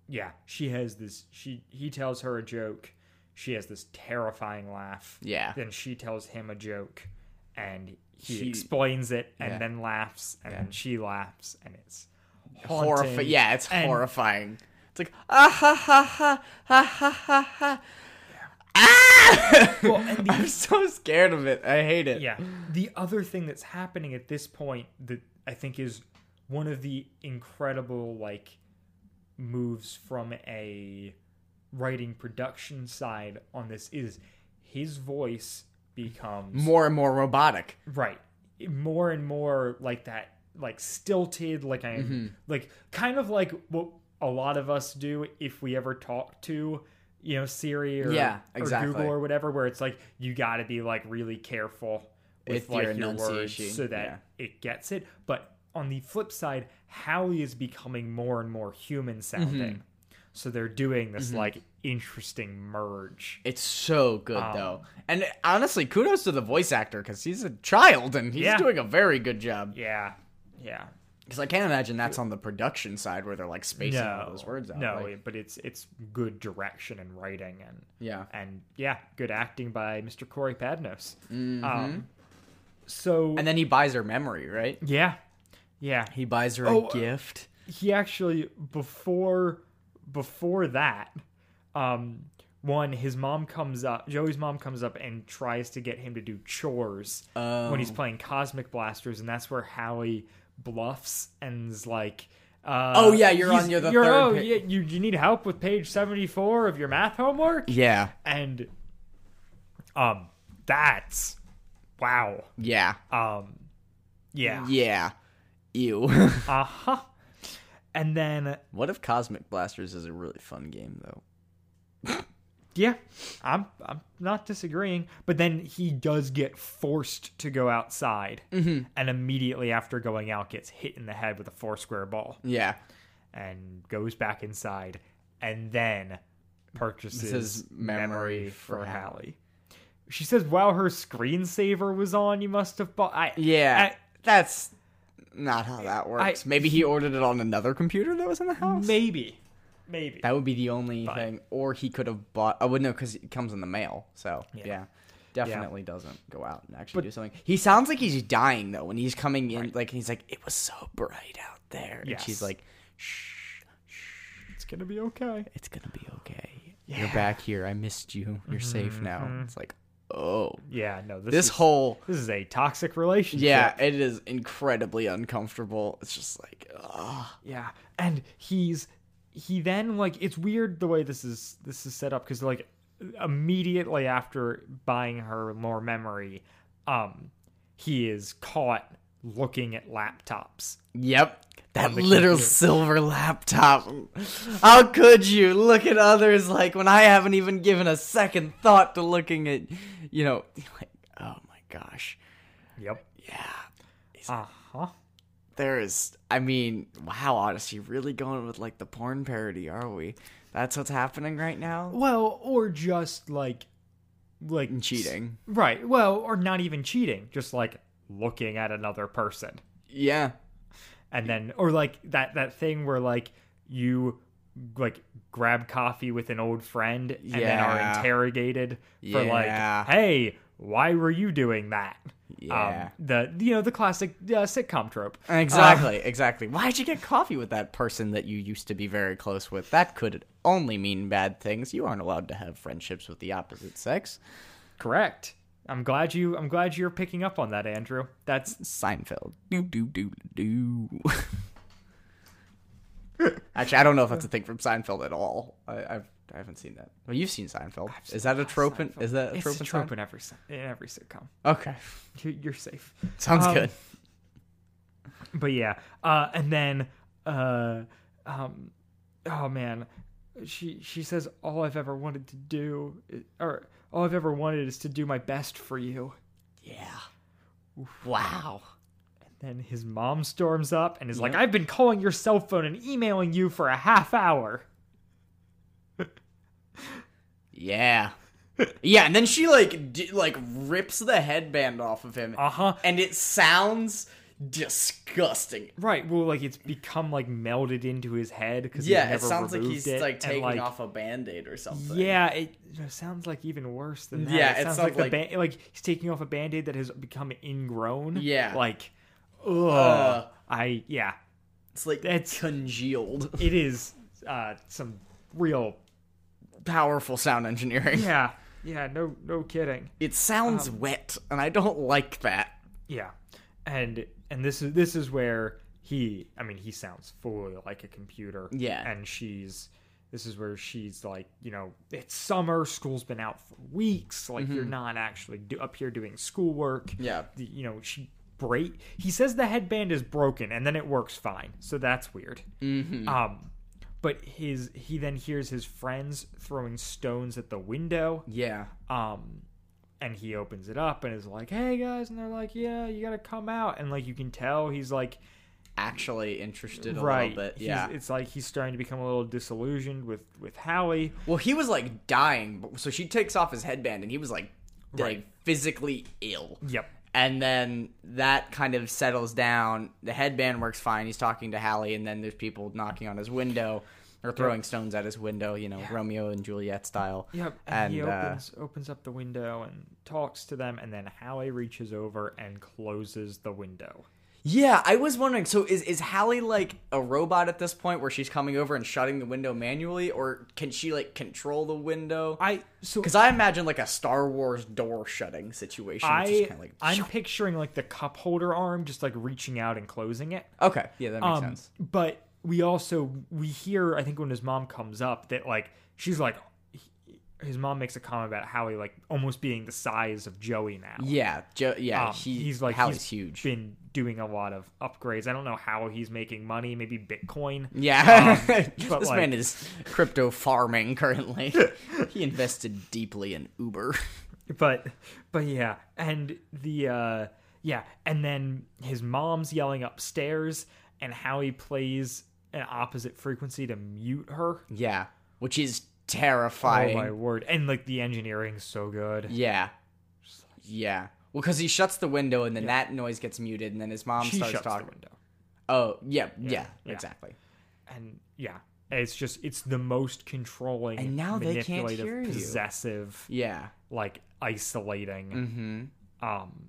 [SPEAKER 2] yeah, she has this she he tells her a joke. She has this terrifying laugh.
[SPEAKER 3] Yeah.
[SPEAKER 2] Then she tells him a joke and he
[SPEAKER 3] She-
[SPEAKER 2] explains it and
[SPEAKER 3] Yeah.
[SPEAKER 2] then laughs and then she laughs and it's
[SPEAKER 3] Horrifying.
[SPEAKER 2] haunting
[SPEAKER 3] Yeah, it's
[SPEAKER 2] and-
[SPEAKER 3] horrifying. It's like, ah ha ha ha, ha ha ha ha. Ah! I'm so scared of it. I hate it.
[SPEAKER 2] Yeah. The other thing that's happening at this point that I think is one of the incredible like moves from a writing production side on this is his voice becomes
[SPEAKER 3] More and more robotic.
[SPEAKER 2] right more and more like that like stilted like i'm
[SPEAKER 3] Mm-hmm.
[SPEAKER 2] like kind of like what a lot of us do if we ever talk to you know siri or,
[SPEAKER 3] Yeah,
[SPEAKER 2] or
[SPEAKER 3] exactly.
[SPEAKER 2] google or whatever where it's like you got to be like really careful with
[SPEAKER 3] With your
[SPEAKER 2] like your,
[SPEAKER 3] enunciation,
[SPEAKER 2] words so that it gets it but on the flip side howie is becoming more and more human sounding
[SPEAKER 3] Mm-hmm.
[SPEAKER 2] so they're doing this like interesting merge
[SPEAKER 3] It's so good
[SPEAKER 2] Um,
[SPEAKER 3] though, and honestly, kudos to the voice actor because he's a child and he's
[SPEAKER 2] Yeah.
[SPEAKER 3] doing a very good job.
[SPEAKER 2] yeah yeah
[SPEAKER 3] Because I can't imagine that's on the production side where they're like spacing
[SPEAKER 2] no,
[SPEAKER 3] all those words out.
[SPEAKER 2] No,
[SPEAKER 3] like-
[SPEAKER 2] it- but it's it's good direction and writing and
[SPEAKER 3] Yeah.
[SPEAKER 2] and yeah, good acting by Mr. Corey Padnos. Um, so
[SPEAKER 3] Mm-hmm. and then he buys her memory, right?
[SPEAKER 2] yeah, yeah,
[SPEAKER 3] He buys her
[SPEAKER 2] Oh, uh,
[SPEAKER 3] a gift.
[SPEAKER 2] he actually before before that, um, one his mom comes up, Joey's mom comes up and tries to get him to do chores when
[SPEAKER 3] Oh.
[SPEAKER 2] he's playing Cosmic Blasters, and that's where Howie bluffs and is like. Uh,
[SPEAKER 3] Oh, yeah, you're on
[SPEAKER 2] he's-
[SPEAKER 3] your- the
[SPEAKER 2] you're,
[SPEAKER 3] third
[SPEAKER 2] oh,
[SPEAKER 3] pa-
[SPEAKER 2] yeah, you, you need help with page 74 of your math homework?
[SPEAKER 3] Yeah,
[SPEAKER 2] and um that's wow
[SPEAKER 3] yeah,
[SPEAKER 2] um yeah
[SPEAKER 3] yeah. Ew.
[SPEAKER 2] uh-huh and then
[SPEAKER 3] what if Cosmic Blasters is a really fun game though?
[SPEAKER 2] yeah i'm i'm not disagreeing but then he does get forced to go outside
[SPEAKER 3] Mm-hmm.
[SPEAKER 2] and immediately after going out gets hit in the head with a four square ball
[SPEAKER 3] Yeah,
[SPEAKER 2] and goes back inside and then purchases
[SPEAKER 3] is
[SPEAKER 2] memory,
[SPEAKER 3] memory
[SPEAKER 2] for
[SPEAKER 3] for
[SPEAKER 2] hallie she says while her screensaver was on you must have bought I,
[SPEAKER 3] yeah.
[SPEAKER 2] I-
[SPEAKER 3] that's not how that works. Maybe he ordered it on another computer that was in the house.
[SPEAKER 2] Maybe. Maybe.
[SPEAKER 3] That would be the only thing. Or he could have bought. oh, I wouldn't know because it comes in the mail. So yeah, definitely doesn't go out and actually do something. He sounds like he's dying though when he's coming in. Like he's like, it was so bright out there, and
[SPEAKER 2] Yes.
[SPEAKER 3] she's like,
[SPEAKER 2] it's gonna be okay.
[SPEAKER 3] it's gonna be okay. You're back here. I missed you. You're safe now. It's like, oh,
[SPEAKER 2] Yeah, no, this
[SPEAKER 3] Mm-hmm. this
[SPEAKER 2] is,
[SPEAKER 3] whole
[SPEAKER 2] this is a toxic relationship.
[SPEAKER 3] yeah, it is incredibly uncomfortable. It's just like, ugh.
[SPEAKER 2] Yeah. And he's he then like it's weird the way this is this is set up because like immediately after buying her more memory, um, he is caught looking at laptops.
[SPEAKER 3] Yep. That little silver laptop. How could you look at others like when I haven't even given a second thought to looking at, you know, like, oh my gosh.
[SPEAKER 2] Yep.
[SPEAKER 3] Yeah.
[SPEAKER 2] Uh huh.
[SPEAKER 3] There is, I mean, wow, Odyssey, really going with like the porn parody, are we? That's what's happening right now?
[SPEAKER 2] Well, or just like like
[SPEAKER 3] And cheating.
[SPEAKER 2] Right. Well, or not even cheating, just like looking at another person.
[SPEAKER 3] Yeah.
[SPEAKER 2] and then or like that that thing where like you like grab coffee with an old friend and then are
[SPEAKER 3] Yeah.
[SPEAKER 2] interrogated for
[SPEAKER 3] Yeah.
[SPEAKER 2] like hey why were you doing that
[SPEAKER 3] Yeah.
[SPEAKER 2] um, the you know the classic uh, sitcom trope
[SPEAKER 3] Exactly, exactly. Why'd you get coffee with that person that you used to be very close with? That could only mean bad things. You aren't allowed to have friendships with the opposite sex.
[SPEAKER 2] correct i'm glad you i'm glad you're picking up on that andrew that's
[SPEAKER 3] Seinfeld. Do do do do. Actually, I don't know if that's a thing from Seinfeld at all. I, I've I haven't seen that. Well, you've seen Seinfeld. Is that a trope? In, is that a
[SPEAKER 2] it's
[SPEAKER 3] trope?
[SPEAKER 2] a
[SPEAKER 3] in
[SPEAKER 2] trope in every si- in every sitcom
[SPEAKER 3] Seinfeld? Okay,
[SPEAKER 2] You- you're safe
[SPEAKER 3] sounds
[SPEAKER 2] Um,
[SPEAKER 3] good.
[SPEAKER 2] but yeah uh and then uh um oh man she she says all I've ever wanted to do i- or all I've ever wanted is to do my best for you.
[SPEAKER 3] Yeah. Wow.
[SPEAKER 2] Then his mom storms up and is like, "I've been calling your cell phone and emailing you for a half hour."
[SPEAKER 3] Yeah. yeah, and then she like d- like rips the headband off of him.
[SPEAKER 2] Uh-huh.
[SPEAKER 3] And it sounds disgusting.
[SPEAKER 2] Right. Well, like it's become like melded into his head because
[SPEAKER 3] Yeah,
[SPEAKER 2] never
[SPEAKER 3] it sounds like
[SPEAKER 2] removed
[SPEAKER 3] he's
[SPEAKER 2] it,
[SPEAKER 3] like
[SPEAKER 2] and,
[SPEAKER 3] taking
[SPEAKER 2] like,
[SPEAKER 3] off a band-aid or something.
[SPEAKER 2] Yeah, it, it sounds like even worse than that. it,
[SPEAKER 3] Yeah, it
[SPEAKER 2] sounds,
[SPEAKER 3] sounds
[SPEAKER 2] like, the
[SPEAKER 3] like-
[SPEAKER 2] ba- like he's taking off a band-aid that has become ingrown.
[SPEAKER 3] Yeah.
[SPEAKER 2] like, ugh.
[SPEAKER 3] Uh.
[SPEAKER 2] I yeah,
[SPEAKER 3] It's like
[SPEAKER 2] That's-
[SPEAKER 3] congealed.
[SPEAKER 2] it is uh some real
[SPEAKER 3] Powerful sound engineering.
[SPEAKER 2] yeah Um, yeah no no kidding
[SPEAKER 3] It sounds wet, and I don't like that.
[SPEAKER 2] yeah and and this is this is where he I mean he sounds fully like a computer
[SPEAKER 3] Yeah.
[SPEAKER 2] and she's this is where she's like you know it's summer school's been out for weeks like you're not actually do, up here doing schoolwork
[SPEAKER 3] Mm-hmm. Yeah.
[SPEAKER 2] the, you know she break he says the headband is broken and then it works fine so that's weird
[SPEAKER 3] Mm-hmm.
[SPEAKER 2] um but his he then hears his friends throwing stones at the window
[SPEAKER 3] Yeah.
[SPEAKER 2] um and he opens it up and is like hey guys and they're like yeah you gotta come out and like you can tell he's like
[SPEAKER 3] Actually interested a
[SPEAKER 2] right
[SPEAKER 3] little bit.
[SPEAKER 2] he's-
[SPEAKER 3] Yeah.
[SPEAKER 2] it's like he's starting to become a little disillusioned with with hallie
[SPEAKER 3] Well, he was like dying, but- so she takes off his headband, and he was like, like
[SPEAKER 2] Right.
[SPEAKER 3] physically ill.
[SPEAKER 2] Yep.
[SPEAKER 3] And then that kind of settles down. The headband works fine. He's talking to Hallie, and then there's people knocking on his window or throwing stones at his window. You know, Romeo and Juliet style.
[SPEAKER 2] yep and,
[SPEAKER 3] And,
[SPEAKER 2] he
[SPEAKER 3] uh,
[SPEAKER 2] opens opens up the window and talks to them and then hallie reaches over and closes the window
[SPEAKER 3] yeah, I was wondering. So is is Hallie like a robot at this point, where she's coming over and shutting the window manually, or can she like control the window?
[SPEAKER 2] i so
[SPEAKER 3] Because I imagine like a Star Wars door shutting situation. which is
[SPEAKER 2] I,
[SPEAKER 3] kinda like,
[SPEAKER 2] I'm picturing like the cup holder arm just like reaching out and closing it.
[SPEAKER 3] Okay. Yeah, that makes
[SPEAKER 2] Um,
[SPEAKER 3] sense.
[SPEAKER 2] But we also we hear I think when his mom comes up that like she's like he- his mom makes a comment about Howie like almost being the size of Joey now.
[SPEAKER 3] Yeah, Joe. Yeah,
[SPEAKER 2] Um,
[SPEAKER 3] he,
[SPEAKER 2] he's like
[SPEAKER 3] Hallie's
[SPEAKER 2] he's
[SPEAKER 3] huge.
[SPEAKER 2] Been doing a lot of upgrades. I don't know how he's making money. Maybe Bitcoin. Um,
[SPEAKER 3] yeah,
[SPEAKER 2] but
[SPEAKER 3] this
[SPEAKER 2] like-
[SPEAKER 3] man is crypto farming currently. he invested deeply in Uber.
[SPEAKER 2] but but yeah and the uh yeah and then his mom's yelling upstairs and how he plays an opposite frequency to mute her
[SPEAKER 3] yeah, which is
[SPEAKER 2] oh
[SPEAKER 3] terrifying.
[SPEAKER 2] my word and like the engineering's so good
[SPEAKER 3] Yeah, yeah. Well, because he shuts the window and then that noise gets muted, and then his mom
[SPEAKER 2] she
[SPEAKER 3] starts
[SPEAKER 2] shuts
[SPEAKER 3] talking.
[SPEAKER 2] the window
[SPEAKER 3] Oh, yeah, yeah,
[SPEAKER 2] yeah.
[SPEAKER 3] exactly.
[SPEAKER 2] and yeah it's just it's the most controlling
[SPEAKER 3] And now they can't
[SPEAKER 2] manipulative
[SPEAKER 3] hear you.
[SPEAKER 2] possessive
[SPEAKER 3] Yeah,
[SPEAKER 2] like isolating um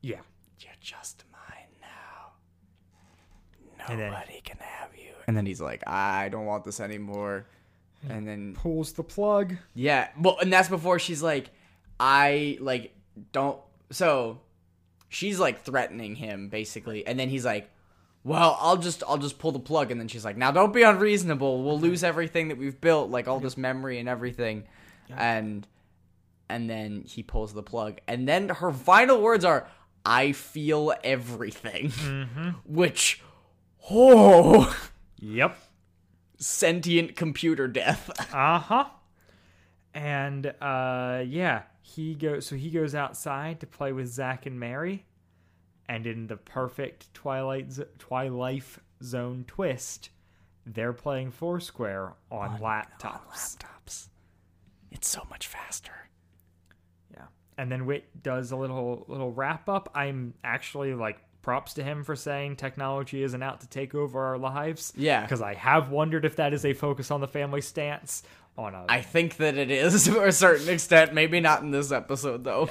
[SPEAKER 2] yeah
[SPEAKER 3] Mm-hmm. you're just mine now.
[SPEAKER 2] And then-
[SPEAKER 3] Nobody can have you. And then he's like, I don't want this anymore. And then
[SPEAKER 2] pulls the plug
[SPEAKER 3] Yeah. Well, and that's before she's like, I like don't. So she's like threatening him basically, and then he's like, "Well, I'll just I'll just pull the plug." And then she's like, "Now don't be unreasonable. We'll lose everything that we've built, like all this memory and everything." And and then he pulls the plug, and then her final words are, "I feel everything," which. Oh,
[SPEAKER 2] yep
[SPEAKER 3] sentient computer death.
[SPEAKER 2] Uh-huh. And uh yeah, he goes so he goes outside to play with Zach and Mary. And in the perfect Twilight Z- Twilight Zone twist, they're playing Foursquare on, laptops.
[SPEAKER 3] laptops. It's so much faster.
[SPEAKER 2] Yeah. And then Wit does a little little wrap up. I'm actually like props to him for saying technology isn't out to take over our lives.
[SPEAKER 3] Yeah.
[SPEAKER 2] Because I have wondered if that is a focus on the family stance on a
[SPEAKER 3] I think that it is to a certain extent. Maybe not in this episode though.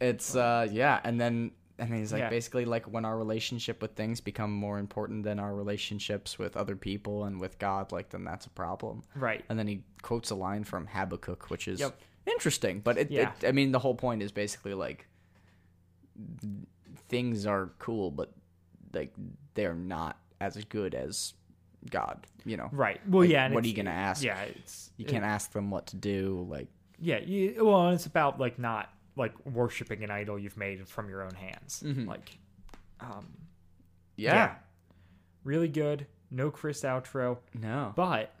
[SPEAKER 3] It's uh yeah, and then and he's like
[SPEAKER 2] Yeah.
[SPEAKER 3] basically like when our relationship with things become more important than our relationships with other people and with God, like then that's a problem.
[SPEAKER 2] Right.
[SPEAKER 3] And then he quotes a line from Habakkuk, which is
[SPEAKER 2] Yep.
[SPEAKER 3] interesting. But it,
[SPEAKER 2] Yeah.
[SPEAKER 3] it I mean the whole point is basically like things are cool, but like they're not as good as God, you know.
[SPEAKER 2] Right. Well,
[SPEAKER 3] Like,
[SPEAKER 2] yeah. and
[SPEAKER 3] what are
[SPEAKER 2] it's-
[SPEAKER 3] you gonna ask?
[SPEAKER 2] Yeah, it's
[SPEAKER 3] You can't ask them what to do. Like,
[SPEAKER 2] Yeah, you, well, and it's about like not like worshiping an idol you've made from your own hands.
[SPEAKER 3] Mm-hmm.
[SPEAKER 2] Like,
[SPEAKER 3] yeah,
[SPEAKER 2] really good. No Chris outro,
[SPEAKER 3] no.
[SPEAKER 2] but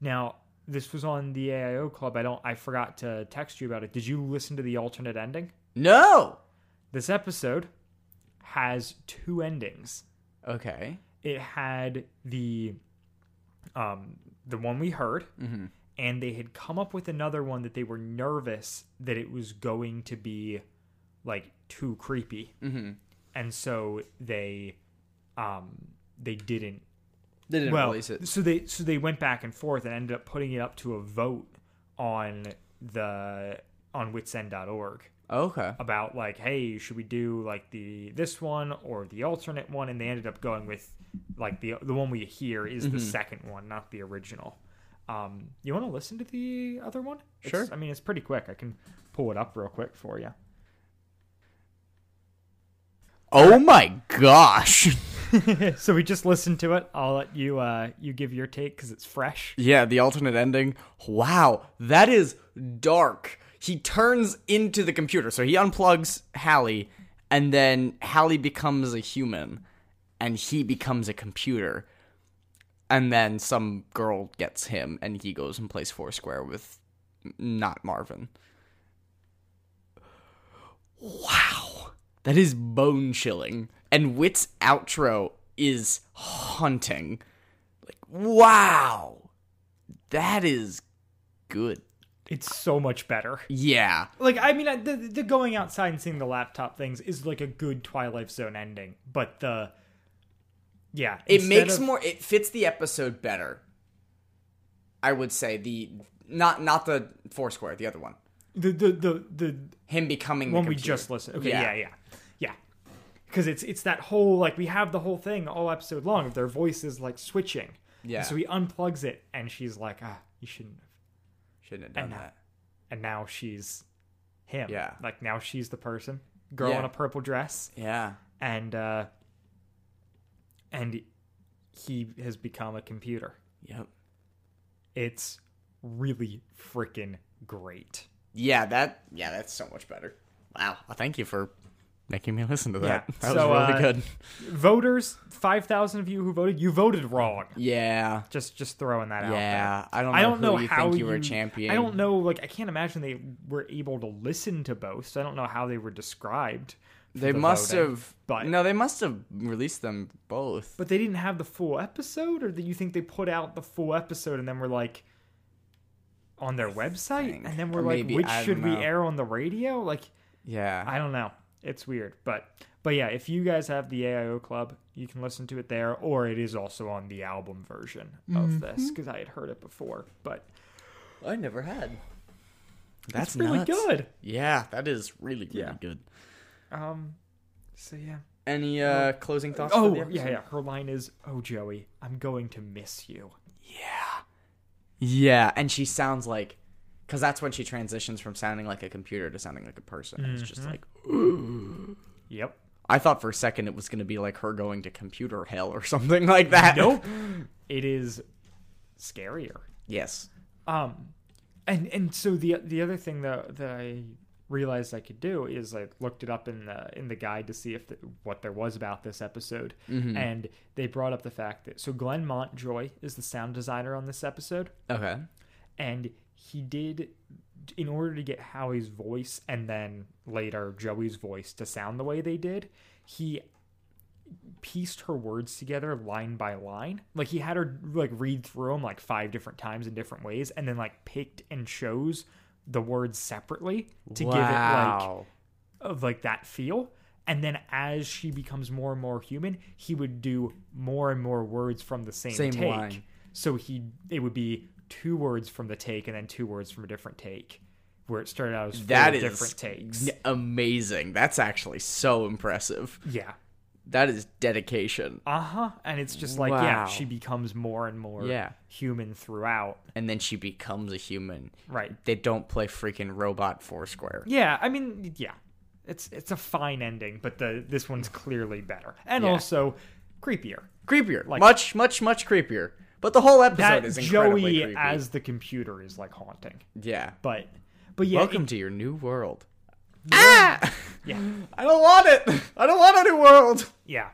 [SPEAKER 2] Now, this was on the AIO Club. I don't. I forgot to text you about it. Did you listen to the alternate ending?
[SPEAKER 3] No.
[SPEAKER 2] This episode has two endings.
[SPEAKER 3] Okay.
[SPEAKER 2] It had the um the one we heard,
[SPEAKER 3] Mm-hmm.
[SPEAKER 2] and they had come up with another one that they were nervous that it was going to be like too creepy, mm-hmm. and so they um they didn't
[SPEAKER 3] They didn't
[SPEAKER 2] well,
[SPEAKER 3] release it.
[SPEAKER 2] So they so they went back and forth and ended up putting it up to a vote on the on witsend.org
[SPEAKER 3] Okay.
[SPEAKER 2] about like, hey, should we do like the this one or the alternate one? And they ended up going with like the the one we hear is
[SPEAKER 3] Mm-hmm.
[SPEAKER 2] the second one, not the original. Um, you want to listen to the other one? Sure. I mean, it's pretty quick. I can pull it up real quick for you.
[SPEAKER 3] Oh my gosh.
[SPEAKER 2] so we just listened to it. I'll let you uh, you give your take because it's fresh.
[SPEAKER 3] Yeah, the alternate ending. Wow, that is dark. He turns into the computer. So he unplugs Hallie, and then Hallie becomes a human, and he becomes a computer. And then some girl gets him, and he goes and plays Foursquare with n- not Marvin. Wow. That is bone chilling. And Wit's outro is haunting. Like, wow. That is good.
[SPEAKER 2] It's so much better.
[SPEAKER 3] Yeah.
[SPEAKER 2] Like I mean, I- the, the going outside and seeing the laptop things is like a good Twilight Zone ending, but the yeah,
[SPEAKER 3] It
[SPEAKER 2] instead
[SPEAKER 3] makes
[SPEAKER 2] of-
[SPEAKER 3] more it fits the episode better. I would say the not not the Foursquare, the other one.
[SPEAKER 2] the the the the
[SPEAKER 3] Him becoming the
[SPEAKER 2] one we
[SPEAKER 3] computer.
[SPEAKER 2] just listened. Okay, yeah,
[SPEAKER 3] Yeah.
[SPEAKER 2] yeah, yeah. Because it's it's that whole like we have the whole thing all episode long of their voices like switching. And
[SPEAKER 3] Yeah.
[SPEAKER 2] so he unplugs it, and she's like, "Ah, you shouldn't." have."
[SPEAKER 3] shouldn't have done
[SPEAKER 2] And now-
[SPEAKER 3] that.
[SPEAKER 2] And now she's him.
[SPEAKER 3] Yeah.
[SPEAKER 2] Like now she's the person, girl
[SPEAKER 3] Yeah.
[SPEAKER 2] in a purple dress,
[SPEAKER 3] Yeah.
[SPEAKER 2] and uh and he has become a computer.
[SPEAKER 3] Yep.
[SPEAKER 2] It's really freaking great.
[SPEAKER 3] Yeah, that yeah, that's so much better. Wow. Well, thank you for making me listen to that.
[SPEAKER 2] Yeah.
[SPEAKER 3] That
[SPEAKER 2] So,
[SPEAKER 3] was really
[SPEAKER 2] uh,
[SPEAKER 3] good.
[SPEAKER 2] Voters, five thousand of you who voted, you voted wrong.
[SPEAKER 3] Yeah.
[SPEAKER 2] Just just throwing that out.
[SPEAKER 3] Yeah,
[SPEAKER 2] there.
[SPEAKER 3] I don't
[SPEAKER 2] I
[SPEAKER 3] know
[SPEAKER 2] don't
[SPEAKER 3] who
[SPEAKER 2] know
[SPEAKER 3] you
[SPEAKER 2] how
[SPEAKER 3] think you were championing.
[SPEAKER 2] I don't know. Like I can't imagine they were able to listen to both. So I don't know how they were described. for
[SPEAKER 3] They
[SPEAKER 2] the
[SPEAKER 3] must
[SPEAKER 2] voting,
[SPEAKER 3] have
[SPEAKER 2] But
[SPEAKER 3] No, they must have released them both.
[SPEAKER 2] but they didn't have the full episode, or do you think they put out the full episode and then were like on their website,
[SPEAKER 3] think.
[SPEAKER 2] and then we're
[SPEAKER 3] Or
[SPEAKER 2] like,
[SPEAKER 3] maybe,
[SPEAKER 2] which
[SPEAKER 3] I
[SPEAKER 2] should
[SPEAKER 3] don't
[SPEAKER 2] we
[SPEAKER 3] know.
[SPEAKER 2] air on the radio? Like
[SPEAKER 3] yeah.
[SPEAKER 2] I don't know. It's weird, but but yeah, if you guys have the AIO Club, you can listen to it there, or it is also on the album version
[SPEAKER 3] Mm-hmm.
[SPEAKER 2] of this because I had heard it before, but
[SPEAKER 3] I never had. That's
[SPEAKER 2] it's really
[SPEAKER 3] nuts.
[SPEAKER 2] good.
[SPEAKER 3] Yeah, that is really really good.
[SPEAKER 2] Um, so yeah.
[SPEAKER 3] Any uh closing thoughts? for
[SPEAKER 2] Oh
[SPEAKER 3] the episode?
[SPEAKER 2] yeah, yeah. Her line is, "Oh Joey, I'm going to miss you."
[SPEAKER 3] Yeah, and she sounds like cuz that's when she transitions from sounding like a computer to sounding like a person. It's
[SPEAKER 2] Mm-hmm.
[SPEAKER 3] just like
[SPEAKER 2] Yep.
[SPEAKER 3] I thought for a second it was going to be like her going to computer hell or something like that.
[SPEAKER 2] Nope. it is scarier.
[SPEAKER 3] Yes.
[SPEAKER 2] Um, and and so the the other thing that that I realized I could do is I looked it up in the in the guide to see if the, what there was about this episode, and they brought up the fact that so Glenn Montjoy is the sound designer on this episode,
[SPEAKER 3] Okay.
[SPEAKER 2] and he did in order to get Howie's voice and then later Joey's voice to sound the way they did, he pieced her words together line by line. Like he had her like read through them like five different times in different ways and then like picked and chose the words separately to give it like
[SPEAKER 3] Wow.
[SPEAKER 2] of like that feel and then as she becomes more and more human he would do more and more words from the same,
[SPEAKER 3] Same
[SPEAKER 2] take
[SPEAKER 3] line.
[SPEAKER 2] so he it would be two words from the take and then two words from a different take where it started out as four
[SPEAKER 3] That is
[SPEAKER 2] different takes
[SPEAKER 3] n- amazing. That's actually so impressive.
[SPEAKER 2] yeah
[SPEAKER 3] That is dedication.
[SPEAKER 2] uh-huh and it's just like yeah
[SPEAKER 3] Wow.
[SPEAKER 2] she becomes more and more
[SPEAKER 3] Yeah.
[SPEAKER 2] human throughout
[SPEAKER 3] And then she becomes a human.
[SPEAKER 2] Right.
[SPEAKER 3] They don't play freaking robot foursquare.
[SPEAKER 2] yeah i mean yeah it's it's a fine ending but the this one's clearly better and
[SPEAKER 3] Yeah.
[SPEAKER 2] also creepier
[SPEAKER 3] Creepier. much, much, much creepier. But the whole episode
[SPEAKER 2] that
[SPEAKER 3] is incredibly
[SPEAKER 2] joey
[SPEAKER 3] creepy.
[SPEAKER 2] as the computer is like haunting
[SPEAKER 3] yeah.
[SPEAKER 2] But but yeah,
[SPEAKER 3] Welcome
[SPEAKER 2] it-
[SPEAKER 3] to your new world. Ah!
[SPEAKER 2] yeah,
[SPEAKER 3] I don't want it. I don't want a new world.
[SPEAKER 2] yeah.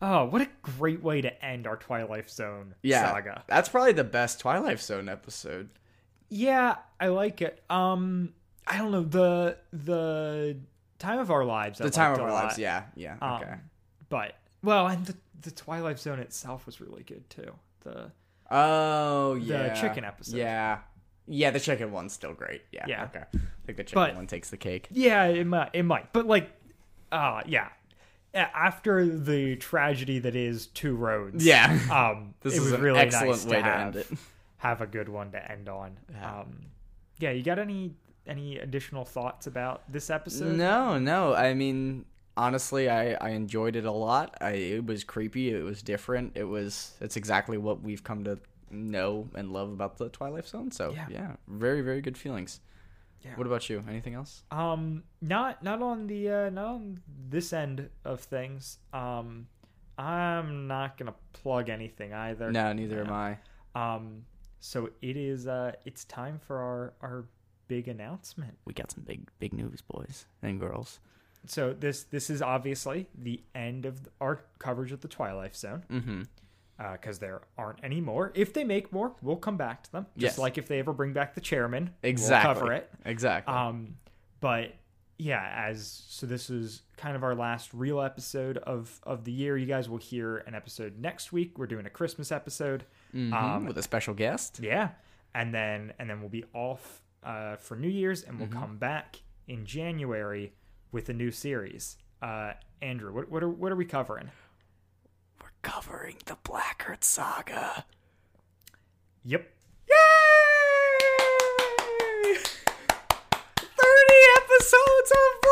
[SPEAKER 2] Oh, what a great way to end our Twilight Zone
[SPEAKER 3] Yeah,
[SPEAKER 2] saga.
[SPEAKER 3] that's probably the best Twilight Zone episode.
[SPEAKER 2] Yeah, I like it. Um, I don't know the the time of our lives.
[SPEAKER 3] The time of our lives. Yeah, yeah.
[SPEAKER 2] Um,
[SPEAKER 3] okay.
[SPEAKER 2] But well, and the the Twilight Zone itself was really good too. The
[SPEAKER 3] Oh yeah,
[SPEAKER 2] chicken episode.
[SPEAKER 3] Yeah, yeah. The chicken one's still great. Yeah.
[SPEAKER 2] Yeah.
[SPEAKER 3] Okay. I think the chicken
[SPEAKER 2] But-
[SPEAKER 3] one takes the cake.
[SPEAKER 2] yeah, it might it might, but like, uh, yeah. A- After the tragedy that is Two Roads.
[SPEAKER 3] Yeah.
[SPEAKER 2] Um,
[SPEAKER 3] This
[SPEAKER 2] it
[SPEAKER 3] is
[SPEAKER 2] was
[SPEAKER 3] an
[SPEAKER 2] really
[SPEAKER 3] excellent
[SPEAKER 2] nice
[SPEAKER 3] way
[SPEAKER 2] to
[SPEAKER 3] to
[SPEAKER 2] have,
[SPEAKER 3] end it.
[SPEAKER 2] have a good one to end on. Um, yeah. You got any any additional thoughts about this episode?
[SPEAKER 3] No, no. I mean, honestly, I I enjoyed it a lot. I it was creepy. It was different. It was. It's exactly what we've come to know and love about the Twilight Zone. So yeah,
[SPEAKER 2] Yeah.
[SPEAKER 3] very very good feelings. What about you? Anything else?
[SPEAKER 2] um not not on the uh not on this end of things um i'm not gonna plug anything either
[SPEAKER 3] No, neither am I.
[SPEAKER 2] um so it is uh it's time for our our big announcement
[SPEAKER 3] We got some big big news, boys and girls.
[SPEAKER 2] so this this is obviously the end of our coverage of the twilight zone mm-hmm because there aren't any more. If they make more, we'll come back to them. Just
[SPEAKER 3] Yes.
[SPEAKER 2] like if they ever bring back the chairman,
[SPEAKER 3] Exactly.
[SPEAKER 2] we'll cover it.
[SPEAKER 3] Exactly.
[SPEAKER 2] Um, but yeah, as so this is kind of our last real episode of of the year. You guys will hear an episode next week. We're doing a Christmas episode.
[SPEAKER 3] Mhm,
[SPEAKER 2] Um,
[SPEAKER 3] with a special guest.
[SPEAKER 2] yeah, and then and then we'll be off uh, for New Year's, and we'll come back in January with a new series. Uh, Andrew, what what are what are we covering?
[SPEAKER 3] We're covering the Blackheart Saga.
[SPEAKER 2] Yep.
[SPEAKER 3] Yay! 30 episodes of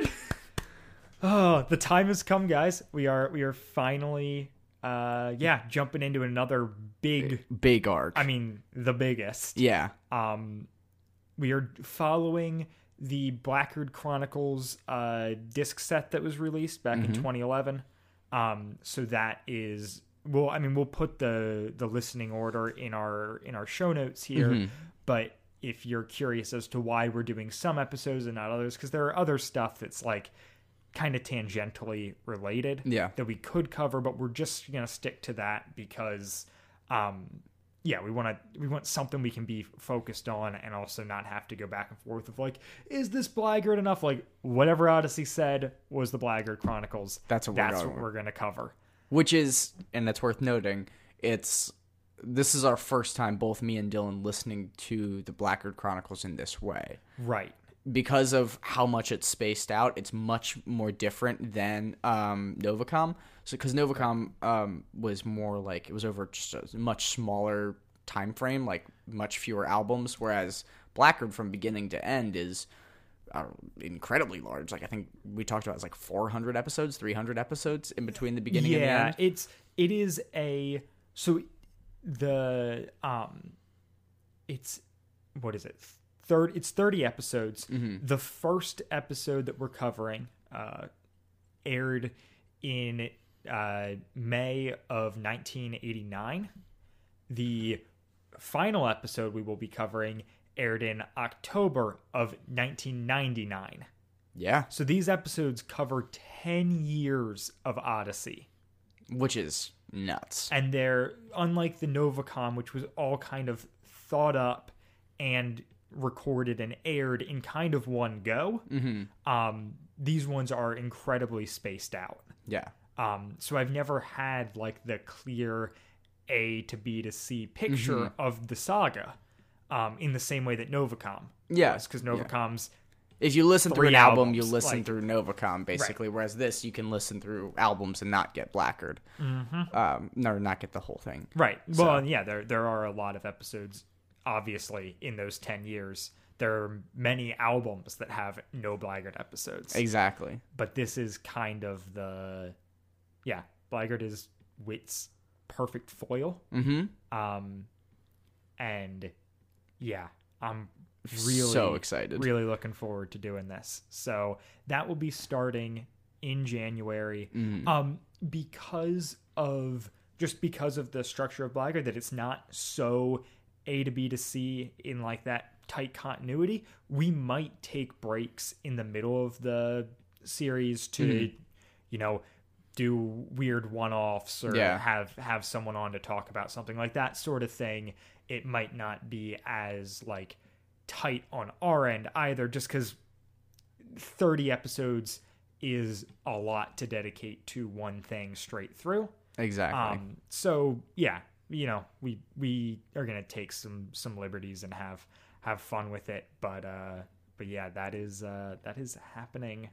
[SPEAKER 3] Blackguard!
[SPEAKER 2] Oh, the time has come, guys. We are we are finally uh yeah jumping into another big.
[SPEAKER 3] Big arc.
[SPEAKER 2] I mean, the biggest.
[SPEAKER 3] yeah.
[SPEAKER 2] um, we are following the Blackguard Chronicles uh, disc set that was released back in 2011. Um, so that is well, I mean, we'll put the the listening order in our in our show notes here, but. If you're curious as to why we're doing some episodes and not others, because there are other stuff that's like kind of tangentially related
[SPEAKER 3] Yeah.
[SPEAKER 2] that we could cover, but we're just gonna stick to that because um yeah, we want to we want something we can be focused on and also not have to go back and forth of like is this blackguard enough like whatever Odyssey said was the blackguard chronicles.
[SPEAKER 3] That's what we're
[SPEAKER 2] that's
[SPEAKER 3] going
[SPEAKER 2] what
[SPEAKER 3] with.
[SPEAKER 2] we're going to cover.
[SPEAKER 3] Which is, and it's worth noting, it's. This is our first time, both me and Dylan, listening to the Blackguard Chronicles in this way.
[SPEAKER 2] Right.
[SPEAKER 3] because of how much it's spaced out, it's much more different than um, Novacom. So because Novacom um, was more like it was over just a much smaller time frame, like much fewer albums, whereas Blackguard from beginning to end is uh, incredibly large. Like I think we talked about it's like 400 episodes, 300 episodes in between the beginning and the
[SPEAKER 2] yeah,
[SPEAKER 3] end.
[SPEAKER 2] it's it is a so the um it's what is it? Third it's 30 episodes.
[SPEAKER 3] Mm-hmm.
[SPEAKER 2] The first episode that we're covering uh aired in uh May of 1989. The final episode we will be covering aired in October of 1999.
[SPEAKER 3] yeah,
[SPEAKER 2] So these episodes cover 10 years of Odyssey
[SPEAKER 3] which is nuts.
[SPEAKER 2] and they're unlike the Novacom, which was all kind of thought up and recorded and aired in kind of one go.
[SPEAKER 3] Mm-hmm.
[SPEAKER 2] Um, these ones are incredibly spaced out.
[SPEAKER 3] Yeah,
[SPEAKER 2] Um, so I've never had like the clear A to B to C picture
[SPEAKER 3] Mm-hmm.
[SPEAKER 2] of the saga um, in the same way that Novacom.
[SPEAKER 3] Yeah,
[SPEAKER 2] because
[SPEAKER 3] yeah.
[SPEAKER 2] Novacom's
[SPEAKER 3] If you listen through
[SPEAKER 2] three
[SPEAKER 3] an album,
[SPEAKER 2] albums,
[SPEAKER 3] you listen
[SPEAKER 2] like-
[SPEAKER 3] through Novacom, basically. Whereas this, you can listen through albums and not get Blackguard. Mm-hmm. Um, no, not get the whole thing.
[SPEAKER 2] Right. Well, and yeah, there there are a lot of episodes. Obviously, in those ten years, there are many albums that have no Blackguard episodes.
[SPEAKER 3] Exactly.
[SPEAKER 2] But this is kind of the, yeah, Blackguard is Wit's perfect foil.
[SPEAKER 3] Mm-hmm.
[SPEAKER 2] Um, and yeah, I'm really
[SPEAKER 3] So excited.
[SPEAKER 2] Really looking forward to doing this. So that will be starting in January.
[SPEAKER 3] Mm-hmm.
[SPEAKER 2] Um, because of just because of the structure of Blackguard, that it's not so A to B to C in like that tight continuity. We
[SPEAKER 3] Mm-hmm.
[SPEAKER 2] might take breaks in the middle of the series to, you know, do weird one-offs or
[SPEAKER 3] Yeah.
[SPEAKER 2] have have someone on to talk about something like that sort of thing it might not be as like tight on our end either just because 30 episodes is a lot to dedicate to one thing straight through
[SPEAKER 3] Exactly.
[SPEAKER 2] um so yeah you know we we are gonna take some some liberties and have have fun with it but uh but yeah that is uh that is happening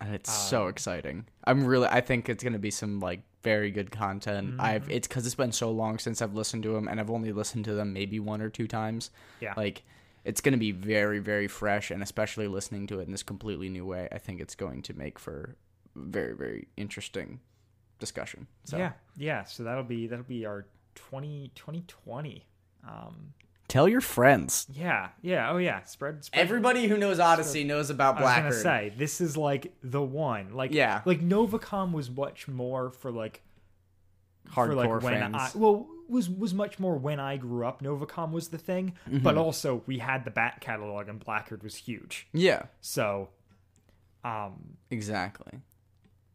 [SPEAKER 3] and it's
[SPEAKER 2] Um,
[SPEAKER 3] so exciting. I'm really. I think it's gonna be some like very good content.
[SPEAKER 2] Mm-hmm.
[SPEAKER 3] I've. It's because it's been so long since I've listened to them, and I've only listened to them maybe one or two times.
[SPEAKER 2] Yeah.
[SPEAKER 3] Like, it's gonna be very very fresh, and especially listening to it in this completely new way, I think it's going to make for very very interesting discussion. So
[SPEAKER 2] yeah yeah so that'll be that'll be our 20 2020 um
[SPEAKER 3] tell your friends.
[SPEAKER 2] yeah yeah oh yeah spread, spread
[SPEAKER 3] Everybody who knows Odyssey knows about
[SPEAKER 2] I
[SPEAKER 3] Blackbird.
[SPEAKER 2] was gonna say this is like the one. Like
[SPEAKER 3] Yeah.
[SPEAKER 2] like Novacom was much more for like for
[SPEAKER 3] Hardcore
[SPEAKER 2] like when
[SPEAKER 3] fans.
[SPEAKER 2] I well was was much more when I grew up. Novacom was the thing,
[SPEAKER 3] Mm-hmm.
[SPEAKER 2] but also we had the back catalog and Blackard was huge.
[SPEAKER 3] yeah.
[SPEAKER 2] So, um,
[SPEAKER 3] Exactly.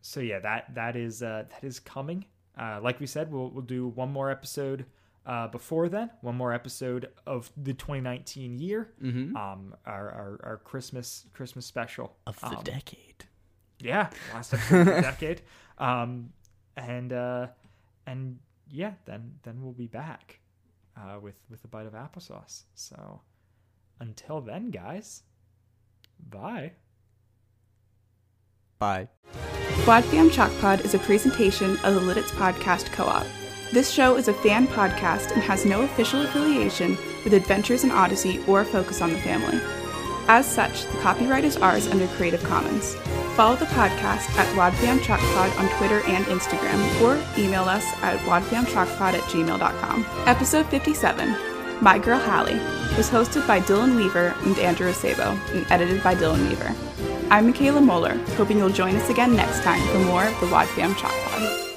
[SPEAKER 2] so yeah that that is uh, that is coming. Uh, like we said, we'll we'll do one more episode. Uh, before then, one more episode of the 2019 year,
[SPEAKER 3] Mm-hmm.
[SPEAKER 2] um, our, our our Christmas Christmas special Um,
[SPEAKER 3] Of the decade.
[SPEAKER 2] yeah last episode of the decade um and uh and yeah then then we'll be back uh with with a bite of applesauce so until then guys bye
[SPEAKER 3] Bye.
[SPEAKER 1] Wadfam Chalk Pod is a presentation of the Lidditz Podcast Co-op. This show is a fan podcast and has no official affiliation with Adventures in Odyssey or Focus on the Family. As such, the copyright is ours under Creative Commons. Follow the podcast at Wadfam Chalk Pod on Twitter and Instagram, or email us at wadfamchalkpod at gmail.com. Episode 57, My Girl Hallie, was hosted by Dylan Weaver and Andrew Acebo and edited by Dylan Weaver. I'm Michaela Moeller, hoping you'll join us again next time for more of the Wadfam Chalk Pod.